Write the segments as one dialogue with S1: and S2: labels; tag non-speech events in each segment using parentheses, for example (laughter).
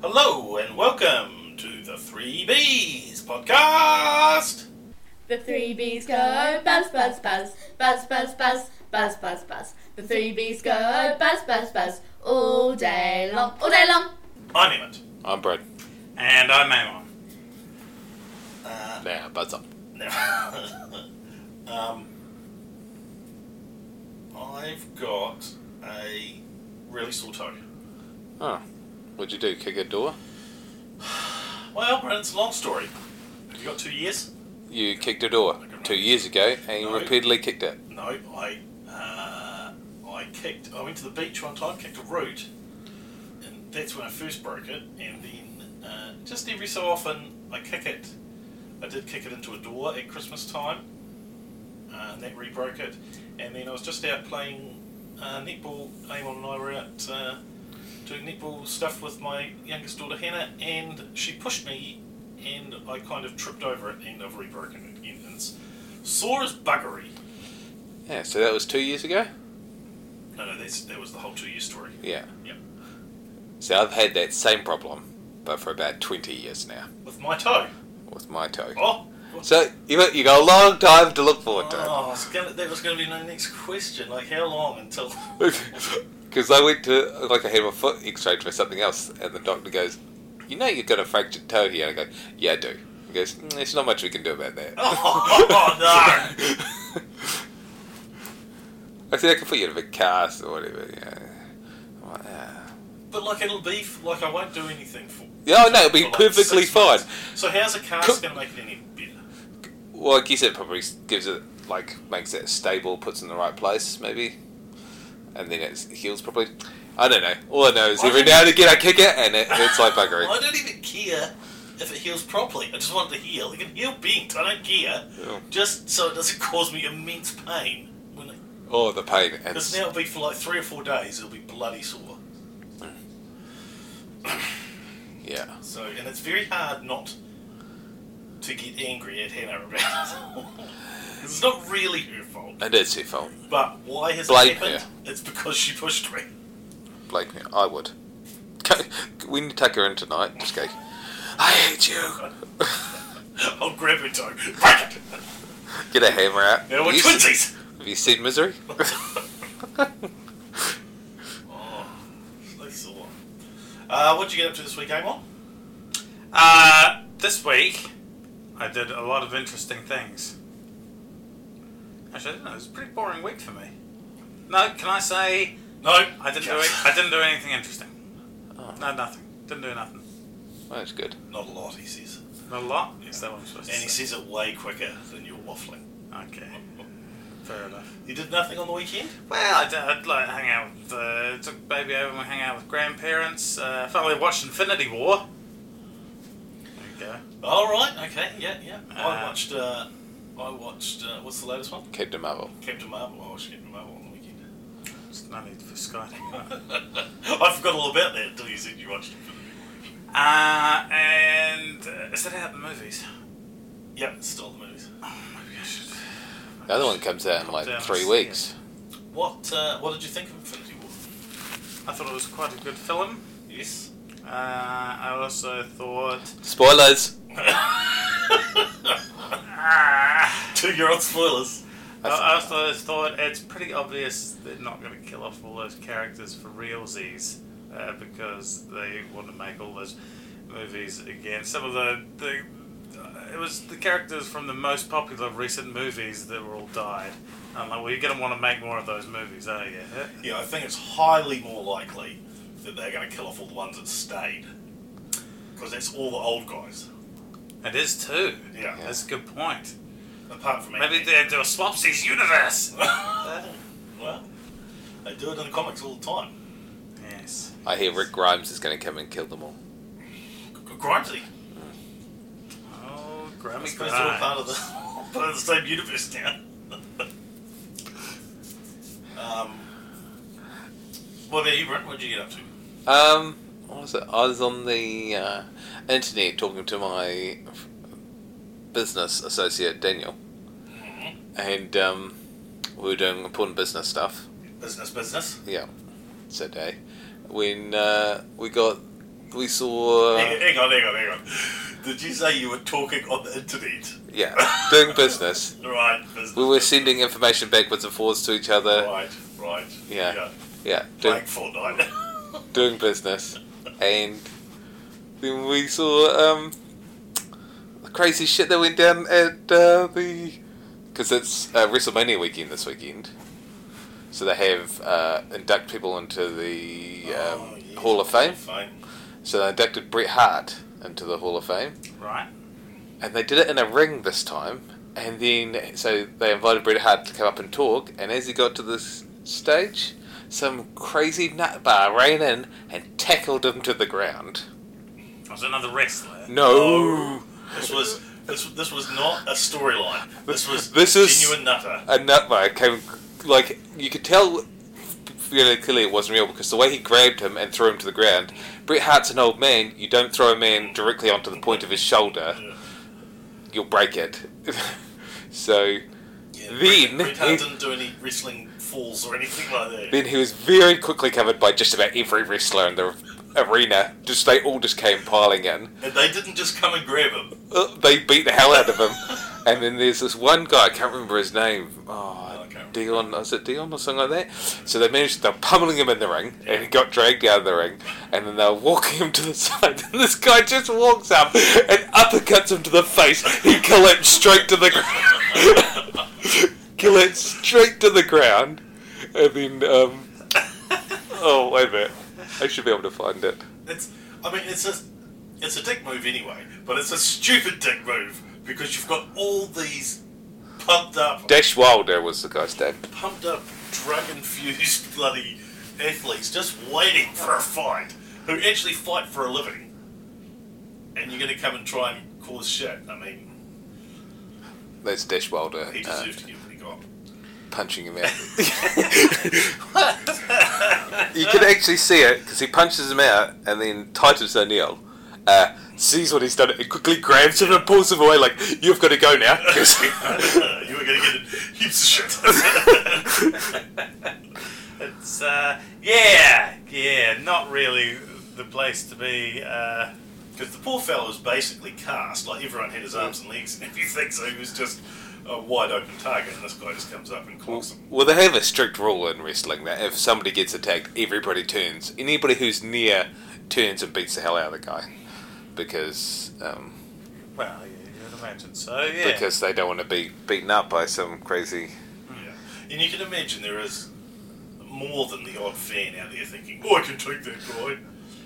S1: Hello and welcome to the Three Bs podcast.
S2: The three bees go buzz, buzz, buzz, buzz, buzz, buzz, buzz, buzz, buzz. The three bees go buzz, buzz, buzz, all day long, all day long.
S1: I'm Emmett.
S3: I'm Brad.
S4: And I'm Amon.
S1: Uh,
S3: Now, buzz up.
S1: (laughs) um, I've got a really sore toe.
S3: Oh, what'd you do? Kick a door?
S1: Well, but it's a long story. Have you got two years?
S3: You kicked a door two years ago, and you
S1: No.
S3: repeatedly kicked it.
S1: No, I uh, I kicked. I went to the beach one time, kicked a root, and that's when I first broke it. And then uh, just every so often, I kick it. I did kick it into a door at Christmas time, uh, and that re-broke it. And then I was just out playing uh, netball. Amon and I were out uh, doing netball stuff with my youngest daughter Hannah, and she pushed me, and I kind of tripped over it, and I've re-broken it again. And it's sore as buggery.
S3: Yeah, so that was two years ago.
S1: No, no, that's, that was the whole two-year story.
S3: Yeah.
S1: Yep.
S3: So I've had that same problem, but for about twenty years now
S1: With my toe.
S3: with my toe.
S1: Oh,
S3: So you got, you got a long time to look forward to.
S1: oh I was gonna, that was going to be my next question. Like, how long until...
S3: (laughs) Because I went to like I had my foot X-rayed for something else, and the doctor goes, "You know you've got a fractured toe here." And I go, "Yeah, I do." He goes, "Mm, "There's not much we can do about that."
S1: (laughs) Oh, no!
S3: (laughs) I said I could put you in a big cast or whatever. Yeah. I'm like, ah.
S1: But, like, it'll be... f- Like, I won't do anything for...
S3: Yeah, oh, no, it'll be
S1: for, like,
S3: perfectly
S1: six
S3: fine.
S1: months. So how's a cast going to make it any better?
S3: Well, I guess it probably s- gives it like makes it stable, puts it in the right place, maybe, and then it heals properly. I don't know. All I know is
S1: I
S3: every
S1: think-
S3: now and again I kick it and it hurts like buggery.
S1: I don't even care if it heals properly. I just want it to heal. It can heal bent. I don't care.
S3: Yeah.
S1: Just so it doesn't (laughs) cause me immense pain. When it,
S3: Oh, the pain!
S1: because
S3: It's,
S1: now it'll be for, like, three or four days. It'll be bloody sore.
S3: yeah,
S1: So, and it's very hard not to get angry at Hannah about it. (laughs) 'Cause it's not really her fault.
S3: it is her fault.
S1: But why has
S3: Blame
S1: it happened? It's because she pushed me.
S3: Blake me. I would. We need to take her in tonight. Just go. I hate you.
S1: (laughs) I'll grab her toe. Break it!
S3: Get a hammer out.
S1: Now we're
S3: Have you seen-
S1: twinsies!
S3: have you seen misery?
S1: oh, so sore. Uh, what'd you get up to this week, Amon?
S4: Uh, this week, I did a lot of interesting things. Actually, I don't know. It was a pretty boring week for me. No, can I say
S1: No,
S4: I didn't do it? I didn't do anything interesting. No, nothing. Didn't do nothing.
S3: Well, that's good.
S1: Not a lot, he says.
S4: Not a lot. Is that what I'm supposed
S1: And he
S4: to say?
S1: says it way quicker than you're waffling.
S4: Okay, fair enough.
S1: You did nothing on the weekend?
S4: Well, I did. I'd like hang out with uh, took baby over and we hang out with grandparents. Uh, finally watched Infinity War. There you go.
S1: All right, okay, yeah, yeah. I
S4: Uh,
S1: watched, uh, I watched, uh, what's the latest one?
S3: Captain Marvel.
S1: Captain Marvel. I watched Captain Marvel on the weekend.
S4: There's no need for skyping. right?
S1: (laughs) I forgot all about that until you said you watched it.
S4: Uh, and uh, is that out in the movies?
S1: Yep, it's still in the movies.
S4: Oh, maybe I should.
S3: The other one comes out in like
S4: Down
S3: three
S4: the
S3: weeks.
S1: What uh, What did you think of Infinity War?
S4: I thought it was quite a good film.
S1: Yes. (laughs)
S4: Uh, I also thought.
S3: Spoilers.
S4: Ah,
S1: Two year old spoilers.
S4: I I also thought it's pretty obvious they're not going to kill off all those characters for realsies uh, because they want to make all those movies again. Some of the. the it was the characters from the most popular recent movies that were all died. I'm like, well, you're going to want to make more of those movies, are you?
S1: Yeah, I think it's highly more likely that they're going to kill off all the ones that stayed. Because that's all the old guys.
S4: It is too.
S1: Yeah.
S4: That's a good point.
S1: Apart from
S4: Maybe
S1: Ant-Man.
S4: they do a Swapsies universe.
S1: (laughs) well, they do it in the comics all the time.
S4: yes.
S3: I hear Rick Grimes is going to come and kill them all.
S1: Grimesy.
S4: Oh, Grammy
S1: I suppose they're all part of the (laughs) part of the same universe now. (laughs) um, what about you, Brent? What did you get up to?
S3: Um, what was it? I was on the uh, internet talking to my f- business associate Daniel, and um, we were doing important business stuff.
S1: Business, business.
S3: Yeah, today when uh, we got we saw.
S1: Hang, hang on, hang on, hang on. Did you say you were talking on the internet?
S3: Yeah, doing business.
S1: Right. Business.
S3: We were sending information backwards and forwards to each other.
S1: Right, right.
S3: Yeah.
S1: yeah.
S3: Yeah, doing,
S1: Playing Fortnite.
S3: (laughs) doing business. And then we saw um, the crazy shit that went down at uh, the. Because it's uh, WrestleMania weekend this weekend. So they have uh, induct people into the um,
S1: (laughs) Oh, yeah.
S3: Hall of Fame.
S1: Fame.
S3: So they inducted Bret Hart into the Hall of Fame.
S4: Right.
S3: and they did it in a ring this time. And then, so they invited Bret Hart to come up and talk. And as he got to the s- stage, some crazy nutbar ran in and tackled him to the ground.
S4: Was another wrestler.
S3: No,
S1: This was this this was not a storyline. This was
S3: (laughs) This is-
S1: genuine nutter.
S3: a nutbar came like you could tell. You know, clearly it wasn't real because the way he grabbed him and threw him to the ground. Bret Hart's an old man. You don't throw a man directly onto the point of his shoulder.
S1: Yeah.
S3: You'll break it. (laughs) so
S1: Yeah,
S3: Then-
S1: Bret Hart didn't do any wrestling falls or anything like that.
S3: Then he was very quickly covered by just about every wrestler in the arena. Just they all just came piling in.
S1: and they didn't just come and grab him.
S3: Uh, (laughs) They beat the hell out of him. And then there's this one guy, I can't remember his name. Oh,
S1: Okay.
S3: Dion, was it Dion or something like that? So they managed, they're pummeling him in the ring, and he got dragged out of the ring, and then they're walking him to the (laughs) side, and this guy just walks up and uppercuts him to the face. He collapsed straight to the ground. (laughs) collapsed straight to the ground, and then, um, oh, wait a minute. I should be able to find it.
S1: It's I mean it's a it's a dick move anyway, but it's a stupid dick move because you've got all these pumped up,
S3: Dash Wilder was the guy's name.
S1: pumped up, drug infused (laughs) bloody athletes just waiting for a fight who actually fight for a living, and you're going to come and try and cause shit. I mean.
S3: That's Dash Wilder.
S1: He
S3: uh,
S1: deserved to get what he got.
S3: punching him out. (laughs) you can actually see it because he punches him out, and then Titus O'Neil uh, sees what he's done and quickly grabs him and pulls him away, like, You've got to go now. (laughs) 'cause-
S1: (laughs) you were going to get heaps of shit. (laughs)
S4: It's uh, yeah, yeah, not really the place to be. Uh,
S1: Because the poor fellow was basically cast, like everyone had his arms and legs and everything, so he was just a wide open target, and this guy just comes up and clocks him.
S3: well, they have a strict rule in wrestling that if somebody gets attacked, everybody turns. Anybody who's near turns and beats the hell out of the guy because um,
S4: well, yeah, you'd imagine so. Yeah.
S3: because they don't want to be beaten up by some crazy.
S4: Mm.
S1: Yeah. And you can imagine there is more than the odd fan out there thinking, oh, I can take that guy.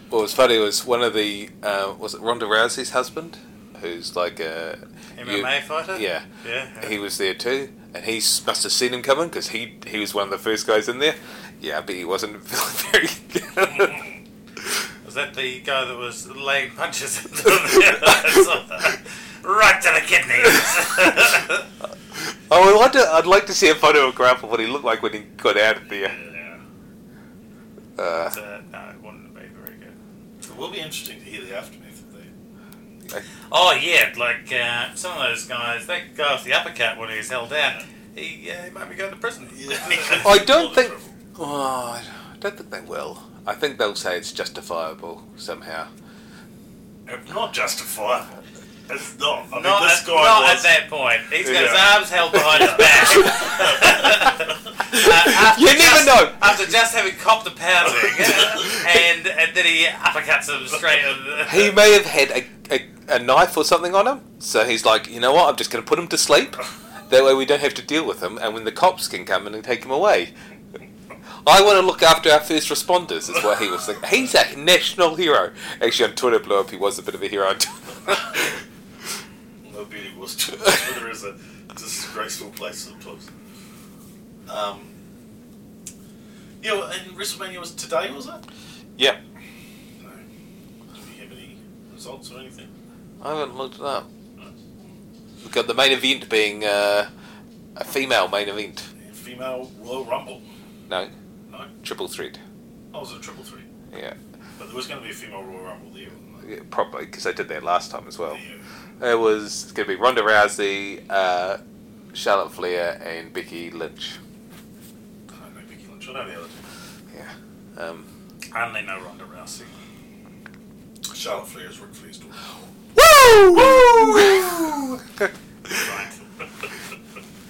S3: What was funny was one of the uh, was it Ronda Rousey's husband, who's like a
S4: MMA fighter.
S3: yeah,
S4: Yeah. yeah.
S3: he was there too, and he s- must have seen him coming because he he was one of the first guys in there. Yeah, but he wasn't (laughs) very good.
S4: Was that the guy that was laying punches (laughs) into the I saw that. (laughs) right to the kidneys? (laughs)
S3: Oh, I would like to, I'd like to see a photograph of what he looked like when he got out of there.
S1: Yeah.
S3: Uh,
S4: But, uh, no, it wouldn't be very good.
S1: It will be interesting to hear the aftermath of that.
S4: Oh yeah, like uh, some of those guys. That guy with the uppercut when he was held down, he uh, might be going to prison. (laughs)
S1: (laughs)
S3: I don't think. Oh, I don't think they will. I think they'll say it's justifiable somehow.
S1: It's not justifiable. It's not. I mean,
S4: not
S1: this
S4: at,
S1: guy
S4: not
S1: was.
S4: at that point. He's got his
S1: Yeah.
S4: arms held behind his (laughs) back. Uh, after
S3: you never
S4: just-
S3: know.
S4: After just having copped a pounding, (laughs) and, and then he uppercuts him straight. In the,
S3: He may have had a, a, a knife or something on him, so he's like, you know what, I'm just going to put him to sleep.
S1: (laughs)
S3: That way we don't have to deal with him, and when the cops can come in and take him away. I want to look after our first responders, is what he was thinking. He's a national hero. Actually, on Twitter blew up, he was a bit of a hero. (laughs)
S1: No beauty was too. Twitter is a disgraceful place sometimes. Um, yeah, well, and WrestleMania was today, was it?
S3: yeah,
S1: No. Do we have any results or anything?
S3: I haven't looked it up. We've got the main event being uh, a female main event.
S1: Female Royal Rumble.
S3: No,
S1: No,
S3: triple threat.
S1: I was a triple three,
S3: Yeah,
S1: but there was going to be a female Royal Rumble there. Wasn't there?
S3: yeah probably, because I did that last time as well.
S1: Yeah.
S3: It was going to be Ronda Rousey, uh, Charlotte Flair, and Becky Lynch.
S1: I don't know Becky Lynch. I know the other two.
S3: Yeah. Um,
S4: (laughs) I only know Ronda Rousey.
S1: Charlotte Flair is Ric Flair's daughter.
S3: Woo! Woo!
S1: (laughs) Right.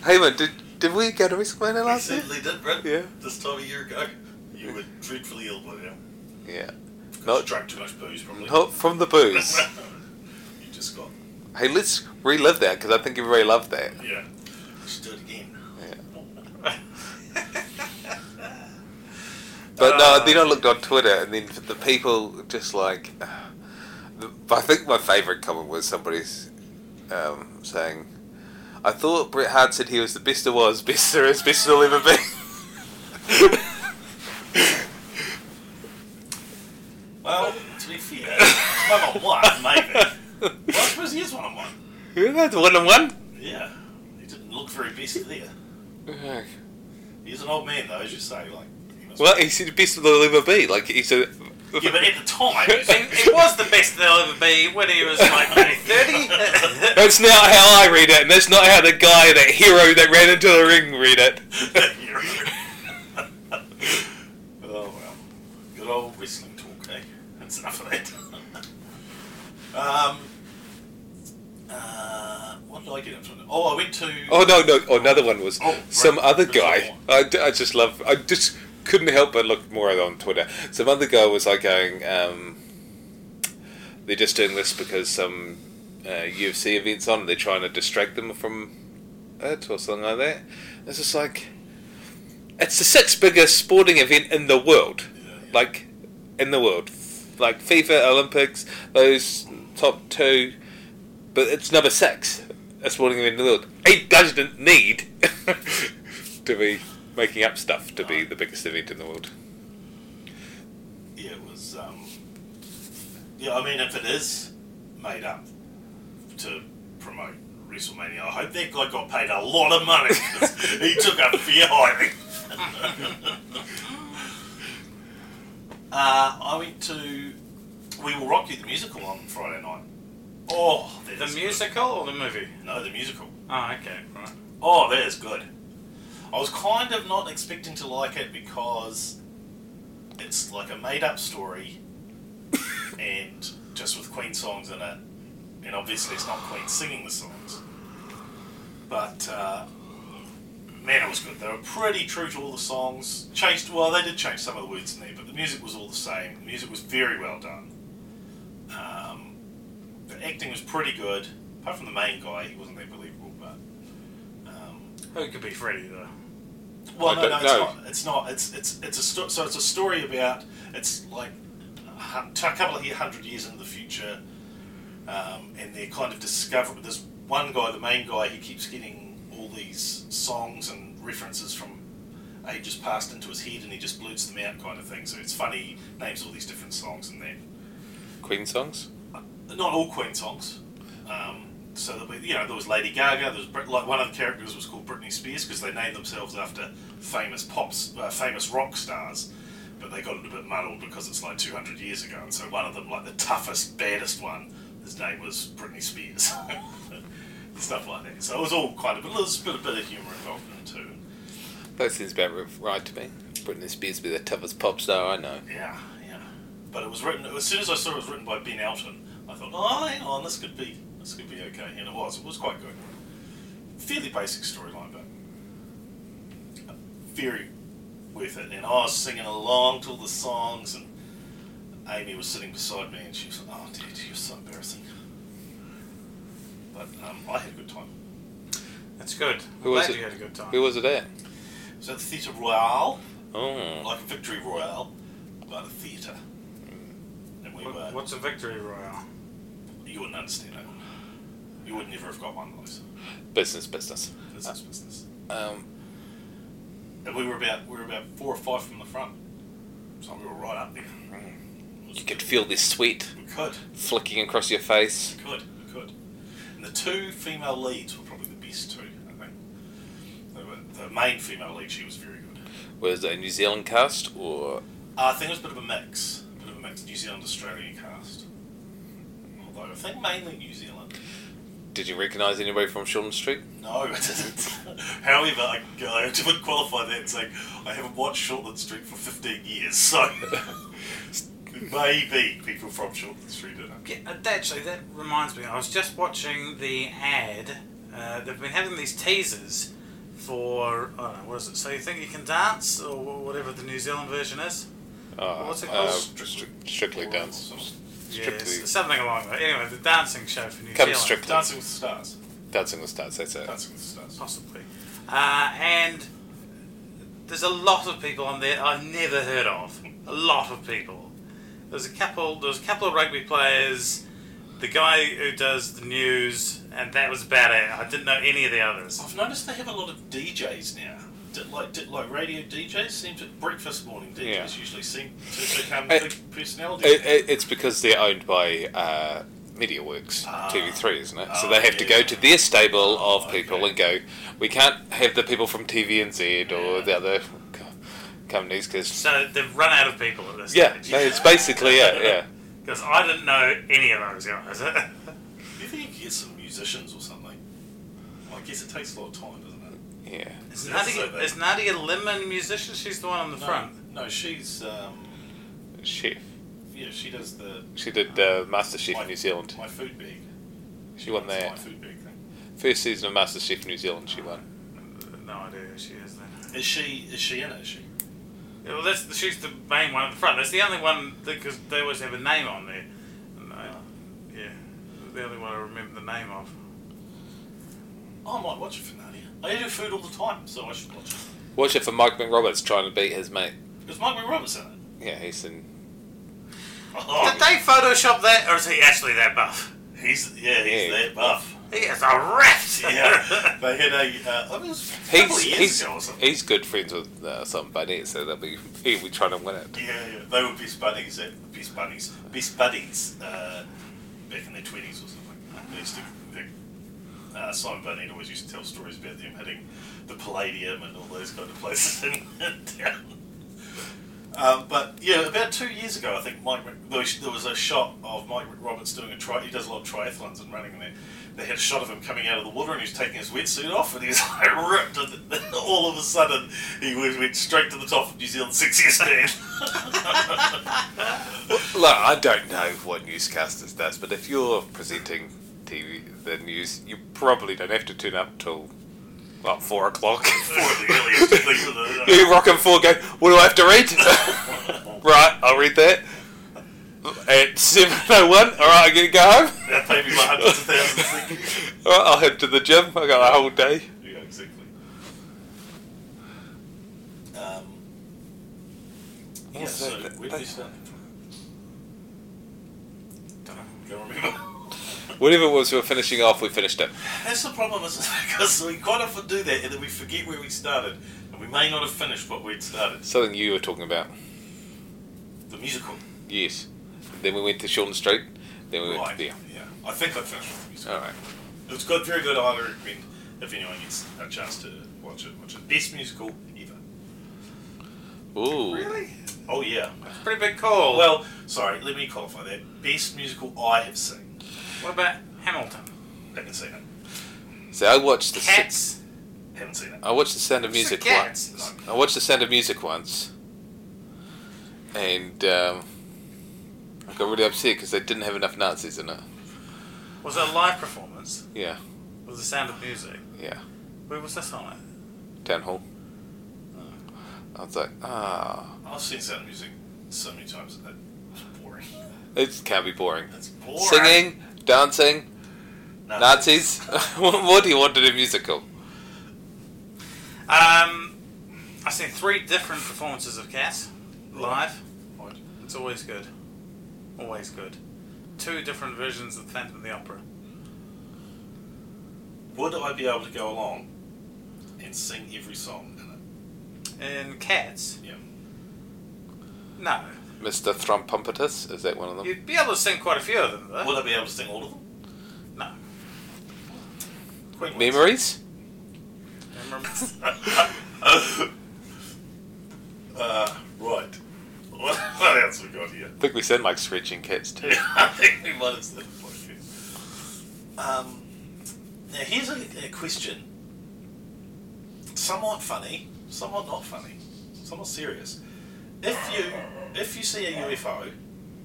S3: Heyman, did did we go to WrestleMania
S1: I
S3: last year?
S1: certainly did, Brett.
S3: Yeah.
S1: This time a year ago, you were dreadfully ill by now.
S3: Yeah.
S1: Because
S3: Not-
S1: you drank too much booze, probably.
S3: Not from the booze.
S1: you just got,
S3: hey, let's relive that because I think everybody loved that.
S1: yeah. Let's do it again.
S3: But no,
S4: Uh,
S3: then I looked on Twitter, and then the people just like. Uh, the- I think my favourite comment was somebody's um, saying, "I thought Bret Hart said he was the best there was, best there is, best there'll ever (laughs) be."
S1: Well, to be fair, (laughs) one on one, maybe. Well, I suppose he is one on one.
S3: yeah, that's one on one.
S1: Yeah. He didn't look very best there.
S3: Okay.
S1: He's an old man, though, as you say. Like, he must
S3: Well, he said best there'll ever be. Like he's a.
S1: yeah, but at the
S3: (laughs)
S1: time, it was- (laughs)
S4: It, it was the best they'll ever be when he was like maybe 30.
S3: That's not how I read it, and that's not how the guy, that hero that ran into the ring, read it.
S1: (laughs) oh well, good old wrestling talk, eh? That's enough of that. (laughs) um, uh, what did I get into? Oh, I went to.
S3: Oh no, no! oh, Another one was
S1: Oh, right.
S3: some other
S1: There's
S3: guy.
S1: one
S3: I, I just love. I just couldn't help but look more on Twitter. Some other guy was like going, um, they're just doing this because some uh, UFC events on. They're trying to distract them from it or something like that. It's just like it's the sixth biggest sporting event in the world, like in the world, like FIFA, Olympics, those top two, but it's number six a sporting event in the world. It doesn't need (laughs) to be making up stuff to be the biggest event in the world.
S1: Yeah, it was. Um, yeah, I mean, if it is made up to promote WrestleMania, I hope that guy got paid a lot of money. (laughs) 'cause he took a fair hiding. (laughs) uh, I went to We Will Rock You the musical on Friday night. Oh, that
S4: (laughs) the
S1: is good.
S4: musical or the movie?
S1: No, the musical.
S4: Oh, okay, right.
S1: Oh, that is good. I was kind of not expecting to like it because it's like a made up story and just with Queen songs in it. And obviously, it's not Queen singing the songs. But, uh, man, it was good. They were pretty true to all the songs. Changed, well, they did change some of the words in there, but the music was all the same. The music was very well done. Um, the acting was pretty good. Apart from the main guy, he wasn't that believable, but. Um,
S4: Who Oh, could be Freddy though?
S1: well,
S3: I
S1: no,
S3: don't
S1: no, it's
S3: know.
S1: not. It's not. It's it's it's a sto- so it's a story about it's like a hun- a couple of ye- hundred years into the future, um, and they're kind of discovering this one guy, the main guy, he keeps getting all these songs and references from ages past into his head, and he just bloots them out, kind of thing. So it's funny. He names all these different songs and then
S3: Queen songs.
S1: not all Queen songs. Um, so there'll be, you know, there was Lady Gaga. There was Brit- like one of the characters was called Britney Spears because they named themselves after famous pops, uh, famous rock stars. But they got it a bit muddled because it's like 200 years ago, and so one of them, like the toughest, baddest one, his name was Britney Spears, (laughs) and stuff like that. So it was all kind of a little bit, a bit of humour involved in it too.
S3: That seems about right to me. Britney Spears be the toughest pop star I know.
S1: Yeah, yeah. But it was written as soon as I saw it was written by Ben Elton, I thought, oh, hang on, this could be this could be okay, and it was. It was quite good. Fairly basic storyline, but very worth it. And I was singing along to all the songs, and Amy was sitting beside me, and she was like, oh, dude, you're so embarrassing. But um, I had a good time.
S4: That's good.
S3: Who was
S4: Glad
S3: it?
S4: you had a good time.
S3: Who was it at?
S1: So the Theatre Royale,
S3: Oh,
S1: like a Victory Royale, but a theatre. And we were.
S4: What- What's a victory royale?
S1: You wouldn't understand that one. You would never have got one of those.
S3: business, business.
S1: Business, business.
S3: Um,
S1: And we were about we were about four or five from the front, so we were right up there. It was
S3: Mm-hmm. you could
S1: good.
S3: feel this sweat
S1: We could,
S3: flicking across your face.
S1: we could, we could. And the two female leads were probably the best two. I think. They were, the main female lead, she was very good.
S3: Was it a New Zealand cast or
S1: Uh, I think it was a bit of a mix, a bit of a mix. New Zealand Australian cast, although I think mainly New Zealand.
S3: did you recognise anybody from Shorten Street?
S1: No, (laughs) I didn't. However, I, I would qualify that and say I haven't watched Shortland Street for 15 years, so. (laughs) Maybe people from Shortland Street are.
S4: Yeah, uh, that- actually, that reminds me. I was just watching the ad. Uh, they've been having these teasers for I don't know what is it. So you think you can dance, or wh- whatever the New Zealand version is.
S3: Uh,
S4: What's it called?
S3: uh, stri- strictly dance. Strictly
S4: Yes, something along that. Anyway, the dancing show for New
S3: Come
S4: Zealand,
S3: strictly.
S1: Dancing with the Stars.
S3: Dancing with Stars, that's it.
S1: Dancing with the Stars.
S4: possibly. Uh, and there's a lot of people on there I've never heard of. A lot of people. There's a couple. There's a couple of rugby players. The guy who does the news, and that was about it. I didn't know any of the others.
S1: I've noticed they have a lot of DJs now. D- Like d- like radio DJs seem to breakfast morning DJs
S3: Yeah.
S1: usually seem to (laughs) become
S3: Uh,
S1: big personalities.
S3: It, it, it's because they're owned by uh, MediaWorks,
S1: Ah.
S3: TV3, isn't it?
S1: Ah,
S3: so they have to
S1: yeah.
S3: go to their stable
S1: Oh,
S3: of people
S1: okay.
S3: and go, we can't have the people from TVNZ or
S1: Yeah.
S3: the other co- companies because.
S4: So they've run out of people at this
S3: Yeah,
S4: stage.
S3: no, it's basically
S1: (laughs)
S3: it, yeah.
S4: Because I didn't know any of those guys. (laughs)
S1: you think you could get some musicians or something? Well, I guess it takes a lot of time, doesn't it?
S3: Yeah.
S4: is,
S1: That's
S4: Nadia,
S1: so bad.
S4: is Nadia Lemon a musician? She's the one on the
S1: no,
S4: front.
S1: No, she's um,
S3: Chef.
S1: yeah, she does the um,
S3: She did uh, MasterChef New Zealand.
S1: My food bag.
S3: She won
S1: That's My
S3: that.
S1: food bag thing.
S3: First season of MasterChef New Zealand, she won.
S4: No idea who she is then.
S1: Is she is she in it? Is she?
S4: Yeah, well, that's she's the main one at the front. That's the only one because they always have a name on there. And I, yeah, the only one I remember the name of.
S1: I might watch it for Nadia. I eat her food all the time, so I should watch it.
S3: Watch it for Mike McRoberts trying to beat his mate.
S1: Is Mike Roberts in it?
S3: Yeah, he's in.
S1: Oh,
S4: Did they Photoshop that, or is he actually that buff?
S1: he's yeah, he's
S3: Yeah.
S1: that buff. (laughs)
S4: He is a
S3: (laughs)
S4: rift.
S1: Yeah, they had a. Uh, I mean, it was a couple
S3: He's
S1: of years
S3: he's,
S1: ago or something.
S3: he's good friends with uh, some buddy, so they'll be he'll be trying to win it.
S1: yeah, yeah, they were best buddies. At, best buddies. Best buddies. Uh, back in their twenties or something. They used to. They, uh, Simon Barnett always used to tell stories about them hitting the Palladium and all those kind of places (laughs) in town. Um, but yeah, about two years ago, I think Mike Mc- there was- there was a shot of Mike Roberts doing a tri. He does a lot of triathlons and running, and they, they had a shot of him coming out of the water, and he was taking his wetsuit off, and he was (laughs) like ripped. And then all of a sudden, he was, went straight to the top of New Zealand's sexiest man.
S3: Look, I don't know what newscasters does, but if you're presenting TV the news, you probably don't have to turn up till what four
S1: (laughs)
S3: o'clock.
S1: Or the earliest thing for the- uh,
S3: you rock and four go. What do I have to read? (laughs) right, I'll read that at seven oh one. All right, I'm gonna go home.
S1: That paid me my hundreds of thousands.
S3: All right, I'll head to the gym. I got a whole day.
S1: (laughs) Yeah, exactly. Um, yeah,
S3: What's
S1: so
S3: that-
S1: where did
S3: that-
S1: we start? Don't remember.
S3: Whatever it was we were finishing off, we finished it.
S1: That's the problem, is (laughs) because we quite often do that, and then we forget where we started, and we may not have finished what we'd started.
S3: Something you were talking about.
S1: The musical,
S3: Yes. Then we went to Shorten Street. Then we went
S1: right?
S3: to there.
S1: yeah. I think I finished with the musical.
S3: Oh, All right.
S1: It's good, very good. I highly recommend if anyone gets a chance to watch it. Watch it. Best musical ever.
S3: Ooh.
S4: Really?
S1: Oh yeah.
S4: That's a pretty big call.
S1: Well, sorry. Let me qualify that. Best musical I have seen.
S4: what about Hamilton?
S1: Haven't seen it.
S3: So I watched the
S4: Cats.
S3: six.
S1: Haven't seen it.
S3: I watched the Sound of
S4: You said
S3: Music
S4: cats.
S3: once. I watched the Sound of Music once, and um, I got really upset because they didn't have enough Nazis in it.
S4: Was it a live performance?
S3: Yeah,
S4: Was the sound of music?
S3: yeah.
S4: Where was this on it?
S3: Town Hall. I was like, ah,
S1: I've seen sound music so many times. that It's boring.
S3: it can't be boring.
S1: It's boring.
S3: Singing, dancing,
S1: No.
S3: Nazis. (laughs) what more do you want in a musical?
S4: Um, I've seen three different performances of Cats live.
S1: Right.
S4: It's always good. Always good. Two different versions of Phantom of the Opera.
S1: Would I be able to go along and sing every song in it?
S4: In Cats,
S1: Yeah.
S4: no.
S3: Mr. Thrumpumpatus, is that one of them?
S4: You'd be able to sing quite a few of them, though.
S1: Would I be able to sing all of them?
S4: No.
S1: Queen wins.
S3: Memories? (laughs)
S4: Remember-
S1: (laughs) uh, right. (laughs) What, what else we got here?
S3: I think we sound like screeching cats too.
S1: I think we might have said it before, yeah. Um, now here's a, a question. Somewhat funny, somewhat not funny, somewhat serious. If you if you see a UFO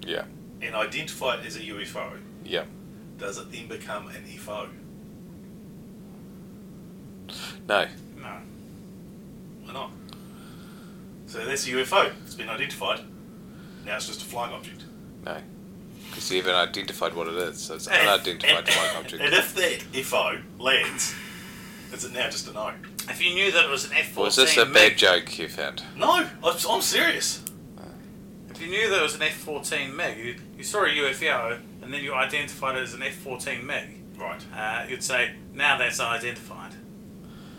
S3: Yeah.
S1: and identify it as a UFO,
S3: Yeah.
S1: does it then become an E FO?
S3: No.
S4: No.
S1: Why not? So that's a UFO. It's been identified. Now it's just a flying object.
S3: No. Because you haven't identified what it is, so it's
S1: And-
S3: unidentified
S1: and-
S3: flying object.
S1: (laughs) And if that FO lands, is it now just a no?
S4: If you knew that it was an F
S3: Was this a
S4: fourteen,
S3: bad joke you found?
S1: No, I'm, I'm serious.
S4: if you knew that it was an F fourteen Meg, you, you saw a UFO and then you identified it as an F fourteen Meg,
S1: Right.
S4: uh, you'd say now that's unidentified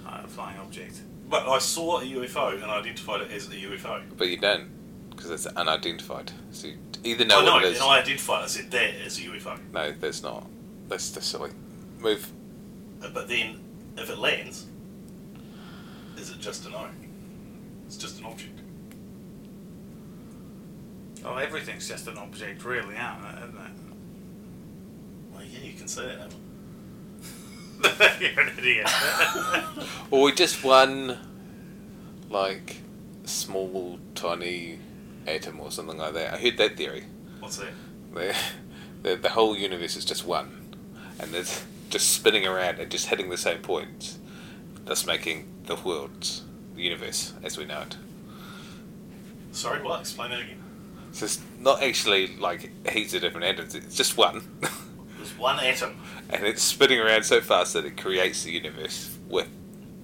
S4: uh, flying object.
S1: But I saw a UFO and I identified it as a UFO.
S3: But you don't, because it's unidentified. So you either know
S1: I
S3: what
S1: know,
S3: it is.
S1: and Oh, I identified it. I said that as a UFO.
S3: No, that's not. That's just silly. Move.
S1: But then, if it lands, is it just a no? It's just an object.
S4: Well, everything's just an object, really, aren't it? Isn't
S1: Well, yeah, you can say that. Alan.
S4: it? (laughs) You're an idiot.
S3: Or we just one, like, small, tiny atom or something like that. I heard that theory.
S1: What's that?
S3: The, the, the whole universe is just one, and it's just spinning around and just hitting the same points, thus making the world, the universe as we know it.
S1: Sorry, what? Explain that again.
S3: So it's not actually like heaps of different atoms. It's just one, (laughs)
S1: There's one atom. (laughs)
S3: and it's spinning around so fast that it creates the universe with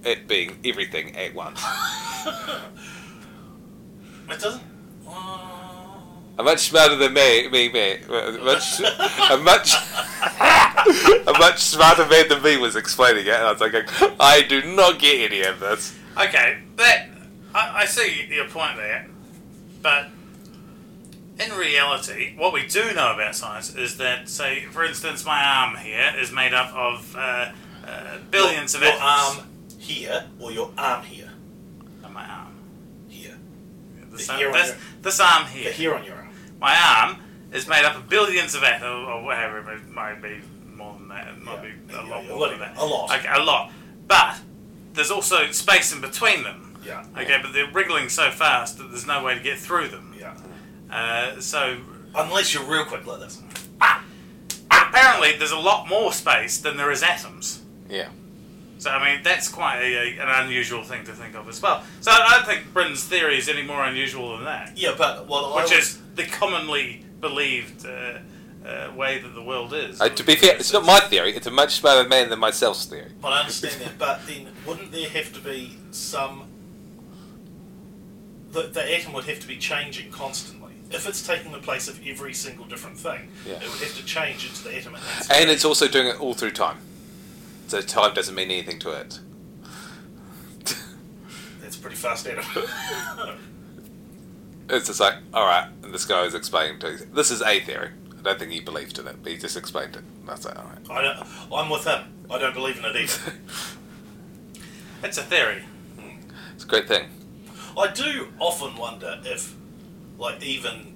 S3: it being everything at once.
S1: It doesn't. Oh.
S3: I'm much smarter than me, me, me. A much, a much, (laughs) a much smarter man than me was explaining it, and I was like, I do not get any of this.
S4: okay, that I, I see your point there, but in reality, what we do know about science is that, say, for instance, my arm here is made up of uh, uh, billions
S1: your,
S4: of
S1: your
S4: atoms.
S1: arm here or your arm here.
S4: And my arm.
S1: Here.
S4: This,
S1: The hair
S4: arm
S1: on
S4: this,
S1: your-
S4: this arm
S1: The
S4: here.
S1: hair on your arm.
S4: my arm is made up of billions of atoms, or whatever, it might be more than that, it might
S1: Yeah,
S4: be
S1: yeah,
S4: a lot
S1: yeah,
S4: more than
S1: whatever,
S4: that.
S1: a lot.
S4: Okay, a lot. But there's also space in between them.
S1: Yeah.
S4: Okay, but they're wriggling so fast that there's no way to get through them.
S1: Yeah.
S4: Uh, so
S1: Unless you're real quick like this.
S4: apparently there's a lot more space than there is atoms.
S3: Yeah.
S4: So I mean that's quite a, a, an unusual thing to think of as well. So I don't think Britain's theory is any more unusual than that,
S1: Yeah, but what I
S4: which
S1: was-
S4: is the commonly believed uh, uh, way that the world is.
S3: Uh, to be fair, it's not my theory. It's a much smarter man than myself's theory.
S1: Well, I understand that, but then wouldn't there have to be some? The, the atom would have to be changing constantly. If it's taking the place of every single different thing,
S3: Yeah.
S1: it would have to change into the atom. it needs to
S3: And
S1: be.
S3: it's also doing it all through time. So time doesn't mean anything to it.
S1: that's a pretty fast atom.
S3: It's just like, alright, and this guy was explaining to you. This is a theory. I don't think he believed in it, but he just explained it. And I was like, alright.
S1: (laughs) I don't, I'm with him. I don't believe in it
S3: (laughs)
S1: either.
S4: It's a theory.
S3: It's a great thing.
S1: I do often wonder if, like, even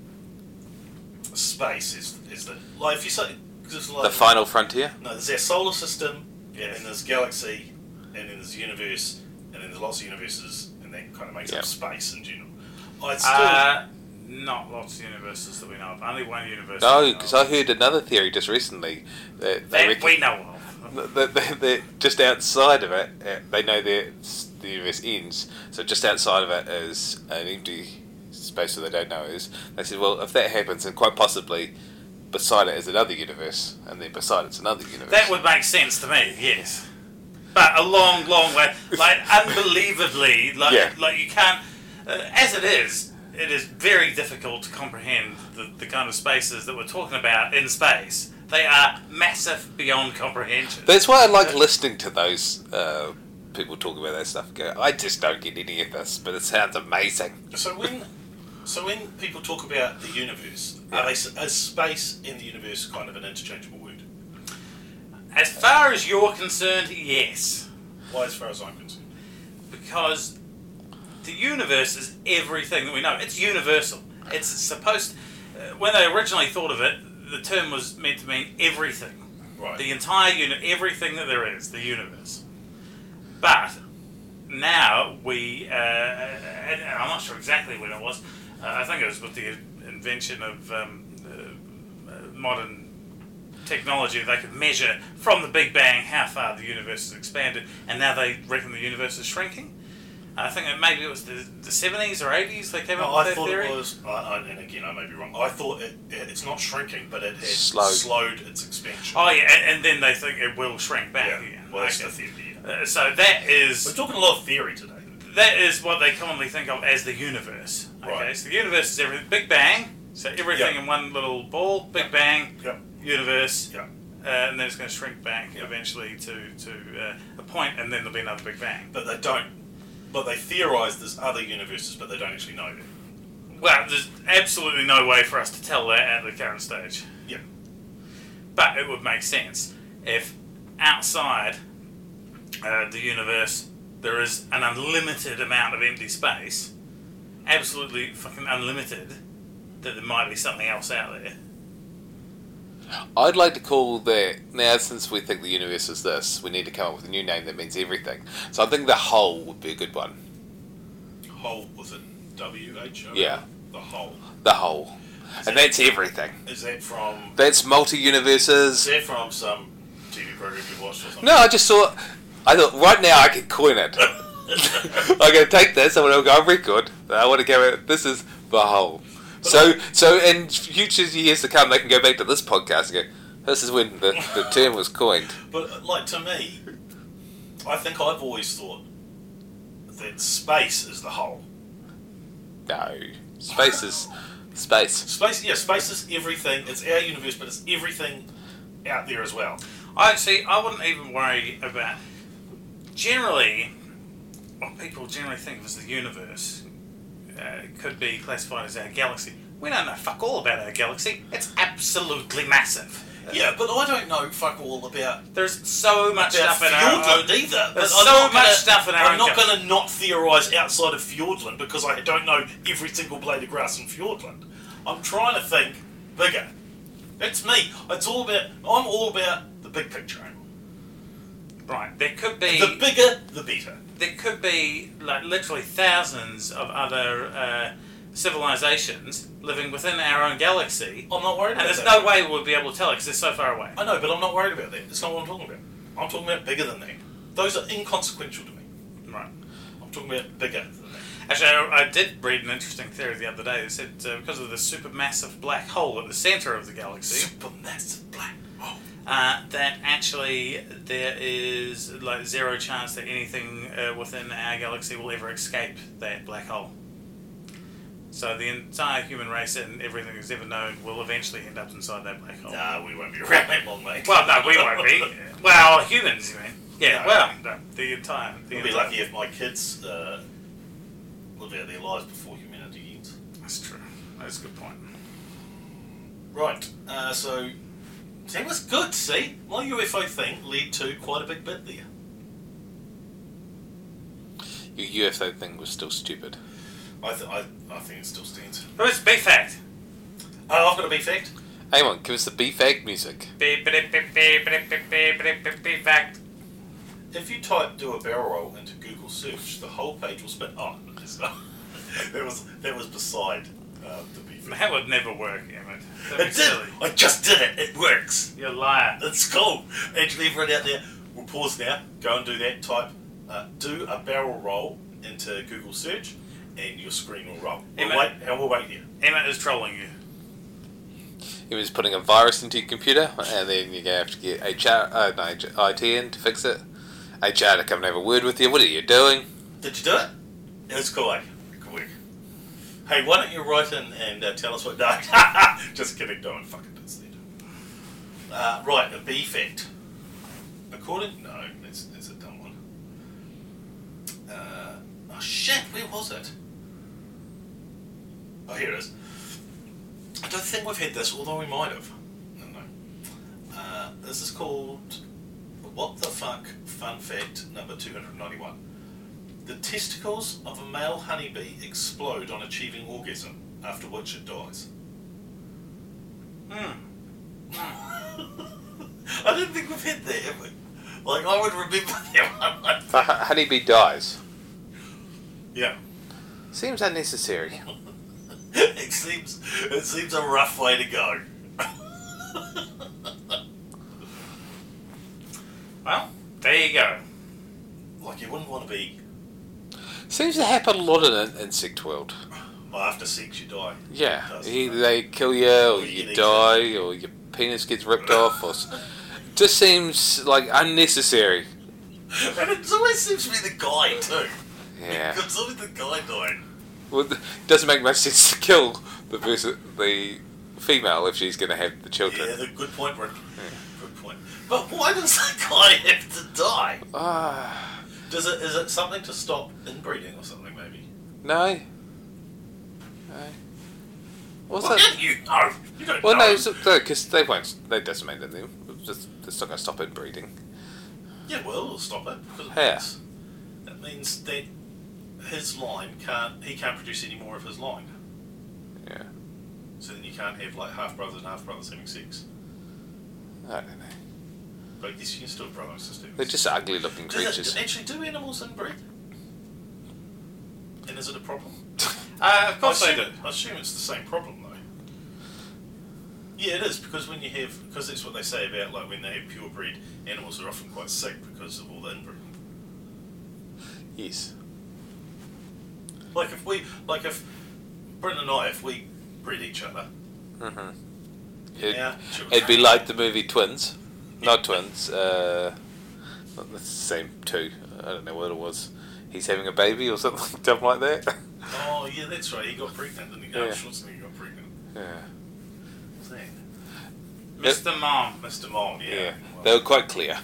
S1: space is is the like if you say 'cause it's like
S3: The final frontier?
S1: No, there's our solar system,
S4: Yes.
S1: and then there's galaxy, and then there's universe, and then there's lots of universes, and that kind of makes
S3: Yeah.
S1: up space in general. I'd still,
S4: Uh, not lots of universes that we know of. Only one universe. that we
S3: No,
S4: know
S3: because
S4: of.
S3: I heard another theory just recently that they
S4: uh, that
S3: reckon
S4: we know
S3: (laughs)
S4: of.
S3: that they, they're just outside of it. uh, They know their the universe ends, so just outside of it is an empty space that they don't know is. They said, well, if that happens, then quite possibly beside it is another universe, and then beside it's another universe.
S4: That would make sense to me. Yes, but a long, long way. Like unbelievably, like
S3: Yeah.
S4: like you can't. Uh, as it is, it is very difficult to comprehend the, the kind of spaces that we're talking about in space. They are massive beyond comprehension.
S3: That's why I like listening to those uh, people talk about that stuff. Go, I just don't get any of this, but it sounds amazing.
S1: so when so when people talk about the universe, are they s- is space and the universe kind of an interchangeable word?
S4: As far as you're concerned, yes,
S1: Why, as far as I'm concerned,
S4: because the universe is everything that we know. It's universal. It's supposed. uh, when they originally thought of it, the term was meant to mean everything.
S1: right?
S4: The entire unit, everything that there is, the universe. But now we, uh, and and I'm not sure exactly when it was. Uh, I think it was with the invention of um, uh, modern technology, they could measure from the Big Bang how far the universe has expanded, and now they reckon the universe is shrinking. I think that maybe it was the, the 70s or 80s they came
S1: Well,
S4: up
S1: Oh, I
S4: with that
S1: thought
S4: theory.
S1: it was, I, I, and again, I may be wrong. I thought it, it, it's not shrinking, but it had
S3: Slowed.
S1: slowed its expansion.
S4: Oh, yeah, and, and then they think it will shrink back
S1: yeah.
S4: again.
S1: Well, that's
S4: Okay.
S1: the theory. yeah.
S4: Uh, so that is
S1: We're talking a lot of theory today.
S4: That is what they commonly think of as the universe. Okay,
S1: Right.
S4: so the universe is everything. Big Bang, so everything
S1: Yeah.
S4: in one little ball. Big Bang,
S1: Yeah.
S4: universe,
S1: Yeah.
S4: uh, and then it's going to shrink back eventually to to uh, a point, and then there'll be another Big Bang.
S1: But they don't. But they theorise there's other universes, but they don't actually know them.
S4: Well, there's absolutely no way for us to tell that at the current stage.
S1: Yeah.
S4: But it would make sense if outside uh, the universe there is an unlimited amount of empty space, absolutely fucking unlimited, that there might be something else out there.
S3: I'd like to call that now. Since we think the universe is this, we need to come up with a new name that means everything. So I think the whole would be a good one.
S1: Whole was it W H O?
S3: Yeah.
S1: The whole
S3: The whole, and that's everything.
S1: is that from
S3: That's multi
S1: is
S3: universes.
S1: that from some TV program you watched or something?
S3: No, I just saw. I thought right now I could coin it. (laughs) I'm going to take this. I'm going to go on record. I want to go. out- This is the whole. So, so in future years to come, they can go back to this podcast and go. This is when the, the term was coined.
S1: But uh, like to me, I think I've always thought that space is the whole.
S3: No, space is space.
S1: Space, yeah, space is everything. It's our universe, but it's everything out there as well.
S4: I see. I wouldn't even worry about. Generally, what people generally think of as the universe uh, could be classified as our galaxy. We don't know fuck all about our galaxy. It's absolutely massive.
S1: Yeah, but I don't know fuck all about
S4: There's so much
S1: about
S4: stuff in our.
S1: Fjordland either. But
S4: There's
S1: I'm
S4: so
S1: not
S4: much
S1: gonna-
S4: stuff in our
S1: I'm not
S4: own
S1: going to not theorise outside of Fjordland because I don't know every single blade of grass in Fjordland. I'm trying to think bigger. That's me. It's all about. I'm all about the big picture.
S4: Right. There could be.
S1: The bigger, the better.
S4: there could be like literally thousands of other uh, civilizations living within our own galaxy,
S1: I'm not worried
S4: and
S1: about
S4: there's
S1: that.
S4: no way we'll be able to tell it because they're so far away.
S1: I know, but I'm not worried about that. It's not what I'm talking about. I'm talking about bigger than that. Those are inconsequential to me.
S4: Right.
S1: I'm talking about bigger than that.
S4: Actually, I, I did read an interesting theory the other day that said uh, because of the supermassive black hole at the centre of the galaxy,
S1: Supermassive black hole.
S4: uh, that actually there is like zero chance that anything uh, within our galaxy will ever escape that black hole. So the entire human race and everything that's ever known will eventually end up inside that black hole.
S1: Nah, we won't be around that long, mate.
S4: Oh. Well, no, we
S1: (laughs)
S4: won't be. Well, humans, you mean? Yeah.
S1: No.
S4: well, no, the entire. The
S1: I'd be
S4: entire-
S1: lucky if my kids uh, live out their lives before humanity ends.
S4: That's true. That's a good point.
S1: Right, uh, so that was good, see? My UFO thing led to quite a big bit there.
S3: Your UFO thing was still stupid.
S1: I, th- I, I think it still stands.
S4: But it's a big fact.
S1: Oh, I've got a big fact.
S3: Hang on, give us the B-fag music.
S4: Beep, beep, beep, beep, beep, beep, beep, beep, beep, beep, fact.
S1: If you type "do a barrel roll" into Google search, the whole page will spin. Oh, (laughs) it's not- that was that was beside uh, the beef.
S4: That would never work, Emmett. That'd be
S1: It did.
S4: silly.
S1: I just did it. It works.
S4: You're
S1: (laughs)
S4: a liar.
S1: It's cool. Actually, everyone out there, we'll pause now. Go and do that. Type uh, "do a barrel roll" into Google search, and your screen will roll. We'll
S4: Hey,
S1: wait,
S4: mate.
S1: and we'll wait here.
S4: Emmett is trolling you.
S3: He was putting a virus into your computer, and then you're going to have to get HR, uh, no, H- IT in to fix it. HR to come and have a word with you. What are you doing?
S1: Did you do it? It was cool. eh? Good work. Hey, why don't you write in and uh, tell us what? (laughs) No, just kidding. No one fucking does that. Uh, right, a B fact. According, no, that's, that's a dumb one. Uh, oh shit, where was it? Oh, here it is. I don't think we've had this, although we might have. I don't know. Uh, this is called What the Fuck Fun Fact number 291. The testicles of a male honeybee explode on achieving orgasm, after which it dies.
S4: Hmm.
S1: (laughs) I didn't think we've hit there, have we? Like, I would remember (laughs) that one.
S3: The hu- honeybee dies.
S1: Yeah.
S3: Seems unnecessary.
S1: it seems it seems a rough way to go.
S4: Well, there you go.
S1: (laughs) like you wouldn't want to be.
S3: Seems to happen a lot in an insect world.
S1: Well, after sex, you die. It
S3: Yeah,
S1: does.
S3: either they kill you, or
S1: Or you
S3: you
S1: get
S3: die, or your penis gets ripped off, or s- just seems like unnecessary.
S1: and it always seems to be the guy too.
S3: Yeah,
S1: It's always the guy dying.
S3: well, it doesn't make much sense to kill the person, the female, if she's going to have the children.
S1: Yeah, the good point, Rick. Good point. But why does the guy have to die?
S3: Ah,
S1: Does it is it something to stop inbreeding or something maybe?
S3: no. No. What's
S1: well,
S3: that?
S1: yeah, you know. You don't
S3: Well,
S1: know.
S3: no, because they won't. They decimate them. It's just- It's not going to stop inbreeding.
S1: Yeah, well, it'll stop it. 'cause it
S3: Yeah.
S1: means- That means that his line can't. He can't produce any more of his line.
S3: Yeah,
S1: So then you can't have like half brothers and half brothers having sex.
S3: I don't know.
S1: But I guess you can still have brother and sister. having
S3: They're
S1: sex.
S3: just ugly-looking
S1: Does it-
S3: creatures.
S1: actually, do animals inbreed? And is it a problem?
S4: Uh, of
S1: I
S4: course they
S1: assume,
S4: do.
S1: I assume it's the same problem though. Yeah, it is because when you have because that's what they say about like when they have purebred animals are often quite sick because of all the inbreeding.
S3: Yes.
S1: Like if we, like if Brendan and I, if we bred each other,
S3: hmm It,
S1: our children,
S3: It'd be like the movie Twins. Not Twins. Uh, not the same two. I don't know what it was. He's having a baby or something (laughs) dumb like that.
S1: oh yeah, that's right. He got pregnant, didn't he? Yeah.
S3: Yeah.
S1: Schwarzenegger got pregnant.
S3: Yeah.
S1: Then
S3: Yep.
S4: Mr. Mom.
S1: Mr. Mole, yeah.
S3: Yeah.
S1: well,
S3: They were quite clear.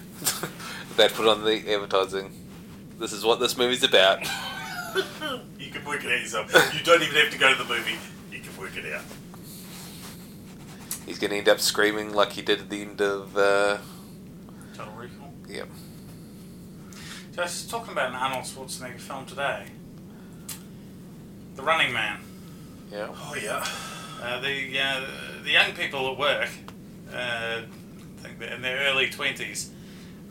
S3: (laughs) they put on the advertising. This is what this movie's about.
S1: you can work it out yourself. You don't even have to go to the movie. You can work it out.
S3: He's going to end up screaming like he did at the end of. Uh,
S4: Total Recall.
S3: yep.
S4: So I was talking about an Arnold Schwarzenegger film today. The Running Man.
S3: Yeah.
S1: Oh yeah.
S4: Uh, the uh, the young people at work, uh, I think they're in their early twenties,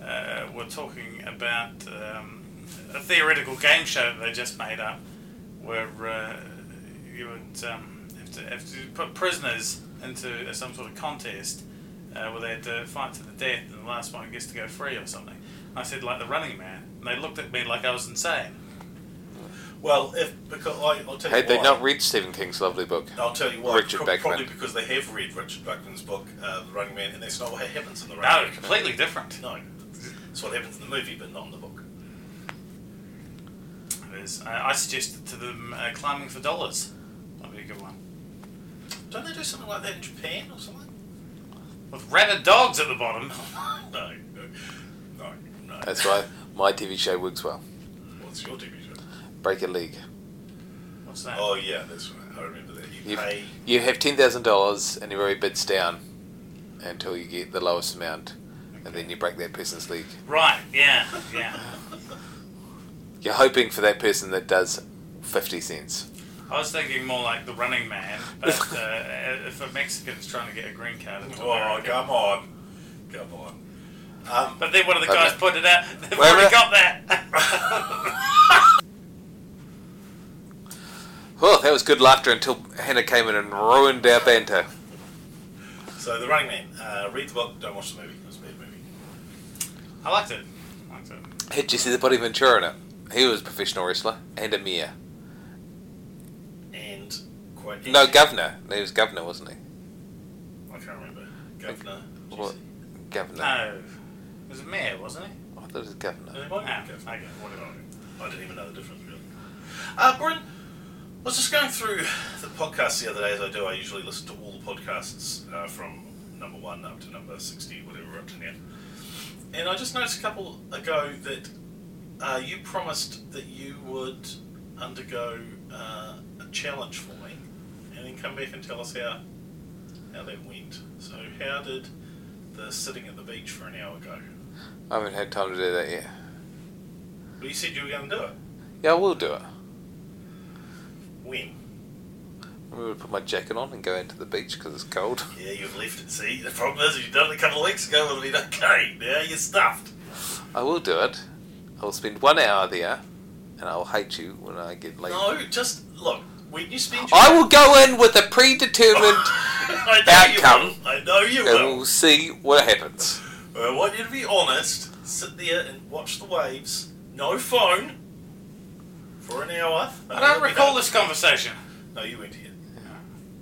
S4: uh, were talking about um, a theoretical game show that they just made up, where uh, you would um, have, to, have to put prisoners into some sort of contest, uh, where they had to fight to the death, and the last one gets to go free or something. I said like the Running Man, and they looked at me like I was insane.
S1: Well, if because I, I'll tell you
S3: Had they
S1: why.
S3: not read Stephen King's lovely book?
S1: I'll tell you why.
S3: Richard
S1: Pro-
S3: Bachman.
S1: Probably because they have read Richard Bachman's book, uh, The Running Man, and that's not what happens in the
S4: No,
S1: Running Man.
S4: completely different.
S1: No, it's what happens in the movie, but not in the book.
S4: It is. uh, I, I suggested to them uh, climbing for dollars. That'd be a good one.
S1: Don't they do something like that in Japan or something?
S4: With rabid dogs at the bottom.
S1: no, no, no, no.
S3: That's why my TV show works well.
S1: What's your TV show?
S3: Break a leg.
S4: What's that?
S1: Oh yeah, that's right. I remember that. You
S3: You've-
S1: pay.
S3: You have ten thousand dollars, and everybody bids down until you get the lowest amount, and then you break that person's leg.
S4: Right, yeah, yeah.
S3: You're hoping for that person that does fifty cents.
S4: I was thinking more like the running man, but uh, if a Mexican's trying to get a green card into
S1: Oh
S4: America.
S1: come on, come on. Um,
S4: But then one of the
S3: Okay.
S4: guys pointed out, they've
S3: Wait a
S4: already
S3: minute.
S4: got that.
S3: Well, Oh, that was good laughter until Hannah came in and ruined our banter.
S1: so the Running Man. Uh, read the book. Don't watch the movie. It's a bad movie.
S4: I liked it. I liked it.
S3: Had you see the body Ventura in it? He was a professional wrestler and a mayor.
S1: And quite.
S3: No, governor. He was governor, wasn't he?
S1: I can't remember. Governor.
S3: What? Governor.
S4: No. It was a mayor, wasn't he?
S3: I thought it was Oh, governor.
S1: No, it
S4: No.
S1: might be
S4: Okay,
S1: Governor.
S4: whatever.
S1: I didn't even know the difference. Really. Uh, Bryn, I was just going through the podcasts the other day, as I do. I usually listen to all the podcasts uh, from number one up to number sixty, whatever we're up to now. And I just noticed a couple ago that uh, you promised that you would undergo uh, a challenge for me, and then come back and tell us how how that went. So, how did the sitting at the beach for an hour go?
S3: I haven't had time to do that yet.
S1: Well, you said you were going to do it.
S3: Yeah, I will do it.
S1: When?
S3: I'm going to put my jacket on and go out to the beach because it's cold. (laughs)
S1: Yeah, you've left it. See, the problem is if you'd done it a couple of weeks ago, it would have been okay. Now you're stuffed.
S3: I will do it. I will spend one hour there, and I will hate you when I get late.
S1: No, just look. When you spend your
S3: I will go in with a
S1: (laughs)
S3: predetermined
S1: I know you
S3: outcome,
S1: will. I know you
S3: and
S1: will.
S3: we'll see what happens.
S1: I want you to be honest. Sit there and watch the waves. No phone for an hour.
S4: I don't recall this conversation.
S1: No, you went here.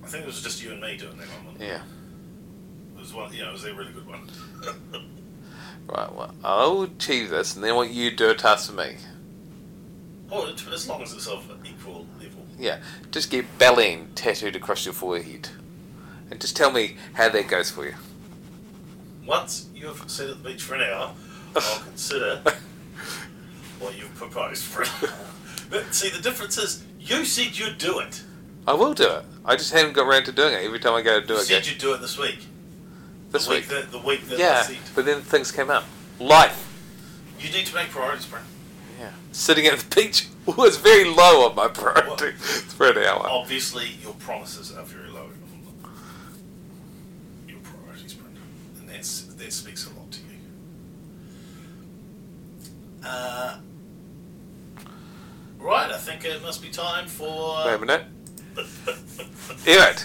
S1: I think it was just you and me doing that one. wasn't it?
S3: Yeah.
S1: It was one. Yeah, it was a really good one. (laughs)
S3: Right. Well, I'll achieve this, and then what you to do a task for me.
S1: Well, it, as long as Oh, it's of equal level.
S3: Yeah. Just get Belen tattooed across your forehead, and just tell me how that goes for you.
S1: Once you have sat at the beach for an hour, I'll
S3: (laughs)
S1: consider what you've proposed for it. But see, the difference is you said you'd do it.
S3: I will do it. I just haven't got around to doing it. Every time I go to do
S1: You
S3: it, I
S1: said
S3: go,
S1: you'd do it this week.
S3: this
S1: the
S3: week.
S1: that, the week that I
S3: Yeah,
S1: said.
S3: but then things came up. Life.
S1: You need to make priorities, Brent.
S3: Yeah. Sitting at the beach was very low on my priority for an hour.
S1: Obviously, your promises are very low. Your priorities, Brenda, and that's that speaks a lot to you. Uh, right, I think it must be time
S3: Wait
S1: for.
S3: a minute. Eric,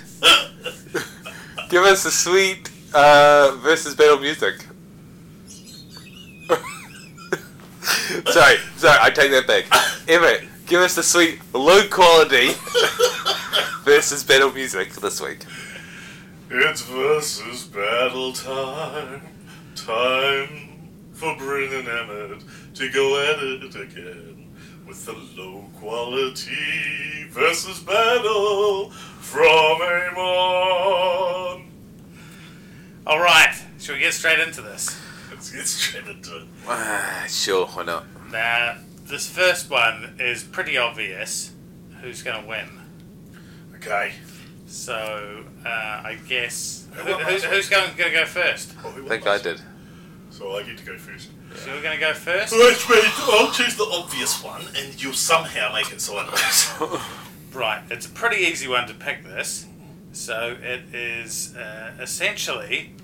S1: (laughs)
S3: give us a sweet uh, versus battle music. (laughs) sorry, sorry, I take that back. Eric, give us the sweet low (laughs) quality versus battle music this week.
S1: It's versus battle time. Time for Bryn and Emmett to go at it again with the low quality versus battle from Amon.
S4: All right, shall we get straight into this?
S1: Let's get straight into it.
S3: Ah, sure, why not?
S4: Now, this first one is pretty obvious. Who's going to win?
S1: Okay.
S4: So uh, I guess
S1: Who
S4: who,
S1: won
S4: who's,
S1: last
S4: who's going, going to go first?
S1: Well, who
S3: I
S1: won
S3: think I
S1: last?
S3: did.
S1: So I get to go first.
S4: So we're going to go first.
S1: Which means I'll choose the obvious one and you'll somehow make it so I lose.
S4: Right, it's a pretty easy one to pick this. So it is uh, essentially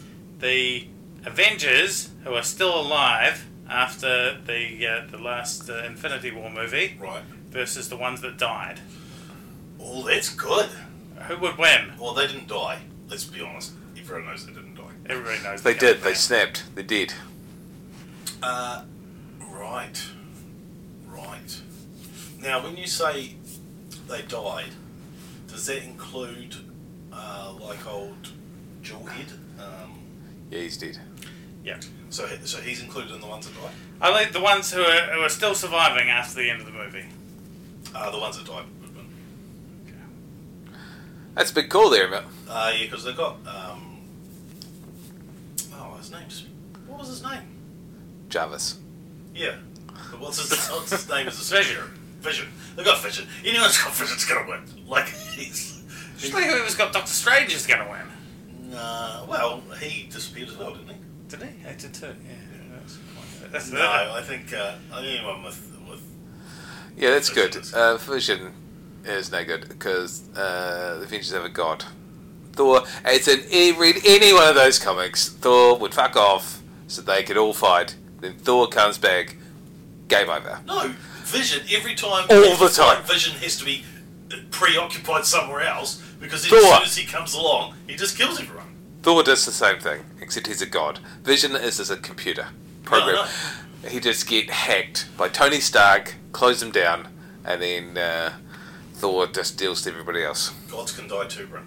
S4: the Avengers who are still alive after the uh, the last uh, Infinity War movie
S1: (laughs) right.
S4: versus the ones that died.
S1: Oh, that's good.
S4: Who would win?
S1: Well, they didn't die. Let's be honest. Everyone knows they didn't die.
S4: Everybody knows
S3: They
S4: the
S3: did,
S4: outcome.
S3: they snapped, they did.
S1: Uh, right. Right. Now, when you say they died, does that include, uh, like old Jawhead? Um,
S3: Yeah, he's dead.
S4: Yeah.
S1: so, he- so he's included in the ones that died?
S4: I like the ones who are, who are still surviving after the end of the movie.
S1: Uh, the ones that died.
S3: That's a big call there, Matt.
S1: Uh, yeah, because they got, um, oh, his name's, what was his name?
S3: Jarvis.
S1: Yeah. But What's his, what's his name? Is Vision. Vision. They got Vision. Anyone's got Vision's gonna win. Like, he's...
S4: Just like whoever's got Doctor Strange is going to win.
S1: Nah, Uh, well, he disappeared as well, didn't he?
S3: (laughs)
S4: Did he? I did too. Yeah. that's quite- That's
S1: No, I think uh, anyone with with
S3: Yeah, that's good.
S1: Vision is-
S3: Uh, Vision is no good because uh, the Avengers have a god. Thor, it's an e- read any one of those comics, Thor would fuck off so they could all fight. Then Thor comes back, game over.
S1: no Vision every time.
S3: All the time.
S1: Vision has to be uh, preoccupied somewhere else because then
S3: Thor.
S1: as soon as he comes along, he just kills everyone.
S3: Thor does the same thing, except he's a god. Vision is just a computer program.
S1: No,
S3: He just get hacked by Tony Stark, close him down, and then uh, Thor just deals to everybody else.
S1: Gods can die too, bro.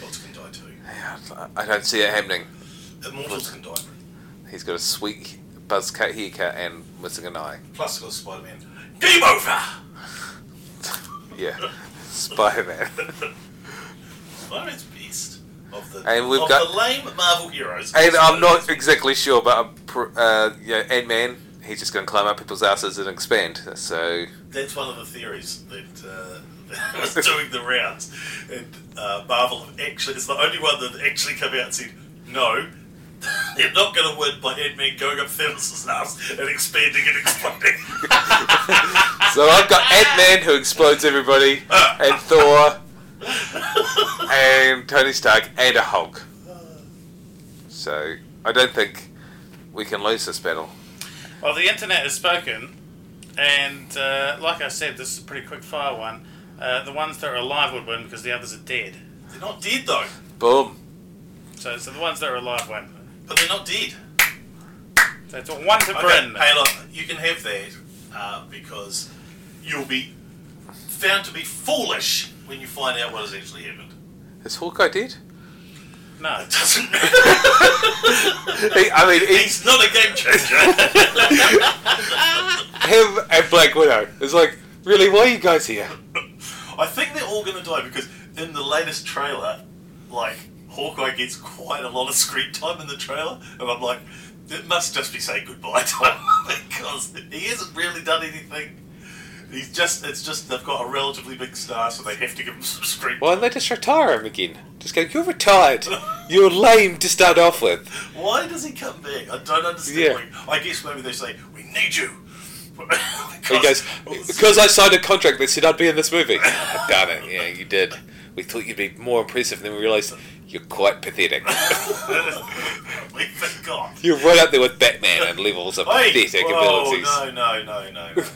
S1: Gods can die too.
S3: Yeah, I don't see it happening.
S1: Immortals can die, bro.
S3: He's got a sweet buzz cut haircut and missing an eye.
S1: Plus, of course, Spider Man. Game over. (laughs)
S3: Yeah, Spider Man.
S1: Spider Man's best of the
S3: And we've
S1: of
S3: got-
S1: the lame Marvel heroes.
S3: And I'm not
S1: Spider-Man's
S3: exactly sure, but I'm pr- uh, yeah, Ant Man. He's just going to climb up people's asses and expand. So
S1: That's one of the theories that, uh, (laughs) that was doing the rounds. And uh, Marvel have actually, it's the only one that actually come out and said, no, (laughs) they're not going to win by Ant-Man going up Thanos' house and expanding and exploding.
S3: so I've got Ant Man who explodes everybody, and Thor, and Tony Stark, and a Hulk. So I don't think we can lose this battle.
S4: Well, the internet has spoken, and uh, like I said, this is a pretty quick fire one. Uh, the ones that are alive would win because the others are dead.
S1: they're not dead, though.
S3: Boom.
S4: So, so the ones that are alive win.
S1: But they're not dead.
S4: So it's a one to
S1: Okay,
S4: Bryn.
S1: hey, look, you can have that uh, because you'll be found to be foolish when you find out what has actually happened.
S3: Is Hawkeye dead?
S4: No.
S1: It doesn't matter.
S3: He- I mean, he's
S1: He's not a game changer.
S3: him and Black Widow. It's like, really, why are you guys here?
S1: I think they're all going to die because in the latest trailer, like Hawkeye gets quite a lot of screen time in the trailer, and I'm like, it must just be saying goodbye time (laughs) because he hasn't really done anything. He's just, it's just they've got a relatively big star, so they have to give him some screen.
S3: Why don't they just retire him again? Just go, you're retired. You're lame to start off with.
S1: Why does he come back? I don't understand.
S3: Yeah.
S1: Like, I guess maybe they say we need you. (laughs)
S3: He goes,
S1: because,
S3: because I signed a contract that said I'd be in this movie. Darn it, yeah, you did. We thought you'd be more impressive, then we realised you're quite pathetic.
S1: we forgot.
S3: You're right up there with Batman in levels of
S1: Hey,
S3: pathetic
S1: whoa,
S3: abilities.
S1: Oh, no, no, no, no, no, no.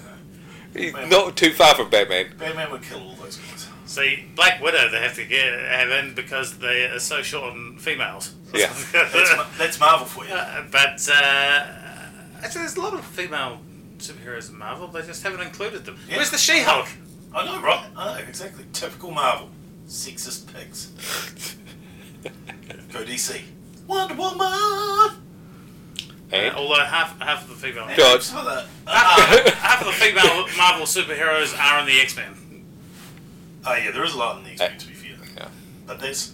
S3: You're Not too far from Batman.
S1: Batman would kill all those guys.
S4: See, Black Widow they have to get have in because they are so short on females. (laughs)
S3: Yeah.
S1: That's, Ma- that's Marvel for you.
S4: Uh, but uh, actually, there's a lot of female superheroes in Marvel. They just haven't included them.
S1: Yeah.
S4: Where's the She-Hulk?
S1: I know, right? I know, exactly. Typical Marvel. Sexist pigs. Go DC. Wonder Woman!
S3: And
S4: Uh, although half half of the female
S1: And uh-uh.
S3: Go- God.
S1: some of the-
S4: half, half of the female Marvel superheroes are in the X-Men.
S1: Oh, yeah, there is a lot in the X-Men, to be fair.
S3: Yeah.
S1: But that's...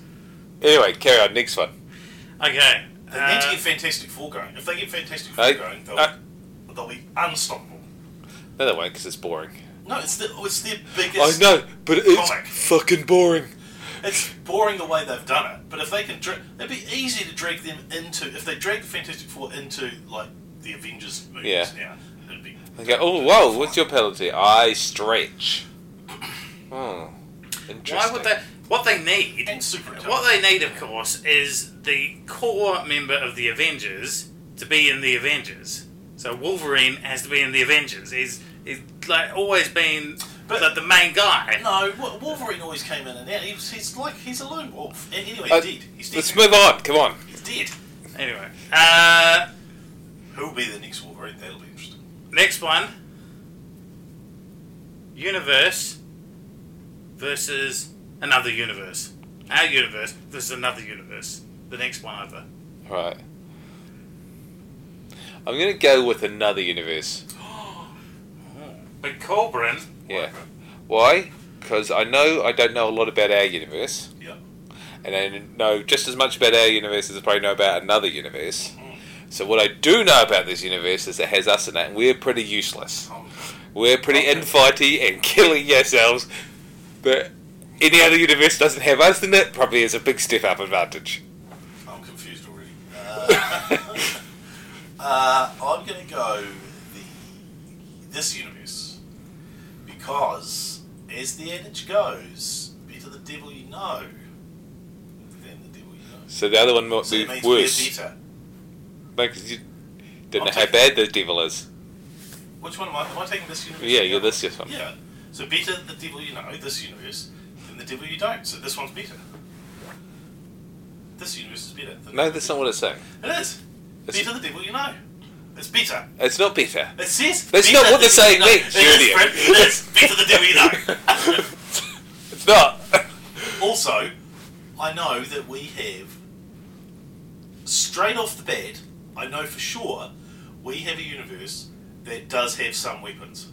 S3: anyway, carry on. Next one.
S4: Okay.
S1: They need to
S4: uh,
S1: get Fantastic Four going. If they get Fantastic Four
S3: I-
S1: going, they'll,
S3: I-
S1: they'll be unstoppable.
S3: No, they won't because it's boring.
S1: No, it's, the, it's their
S3: Oh,
S1: biggest...
S3: I know, but it's
S1: comic.
S3: fucking boring.
S1: It's boring the way they've done it, but if they can, dra- it'd be easy to drag them into. If they drag the Fantastic Four into like the Avengers movies
S3: Yeah.
S1: now, it'd be.
S3: They go, oh, whoa, what's your penalty? I stretch. Oh, interesting.
S4: why would they? What they need
S1: And super.
S4: What they need, of course, is the core member of the Avengers to be in the Avengers. So Wolverine has to be in the Avengers. He's, he's like always been
S1: But-
S4: like the main guy.
S1: No, Wa- Wolverine always came in and out. He was, he's like he's a lone wolf. And anyway,
S3: Uh,
S1: he's dead. He's dead.
S3: Let's move on. Come on.
S1: He's dead.
S4: Anyway, uh,
S1: Who'll be the next Wolverine? That'll be interesting.
S4: next one: universe versus another universe. Our universe versus another universe. The next one over.
S3: Right. I'm gonna go with another universe.
S4: But Corbin,
S3: Yeah. Why? Because I know I don't know a lot about our universe,
S1: Yeah.
S3: and I know just as much about our universe as I probably know about another universe. So what I do know about this universe is it has us in it, and we're pretty useless.
S1: Um,
S3: We're pretty infighty and (laughs) killing ourselves. But any other universe doesn't have us in it. Probably is a big step up advantage.
S1: I'm confused already. Uh, (laughs) uh, I'm going to go the this universe because, as the adage goes, better the devil you know than the devil you know.
S3: So the other one might
S1: So
S3: be
S1: it means we're
S3: worse
S1: better.
S3: because you don't know
S1: I'll
S3: how
S1: take-
S3: bad the devil is.
S1: Which one am I? Am I taking this universe?
S3: Yeah,
S1: or the
S3: you're
S1: other?
S3: this yes one.
S1: Yeah. So better the devil you know, this universe, than the devil you don't. So this one's better. This universe is better. Than
S3: No, that's not what it's saying.
S1: It is.
S3: It's-
S1: better the devil you know. It's better.
S3: It's
S1: (laughs)
S3: not better.
S1: It says.
S3: That's
S1: beat
S3: not
S1: the
S3: what they're saying
S1: devil you
S3: next,
S1: know. It is,
S3: Julia.
S1: Brent, it
S3: (laughs)
S1: is. Beat the devil you know.
S3: It's not. (laughs)
S1: also, I know that we have. Straight off the bat, I know for sure, we have a universe that does have some weapons.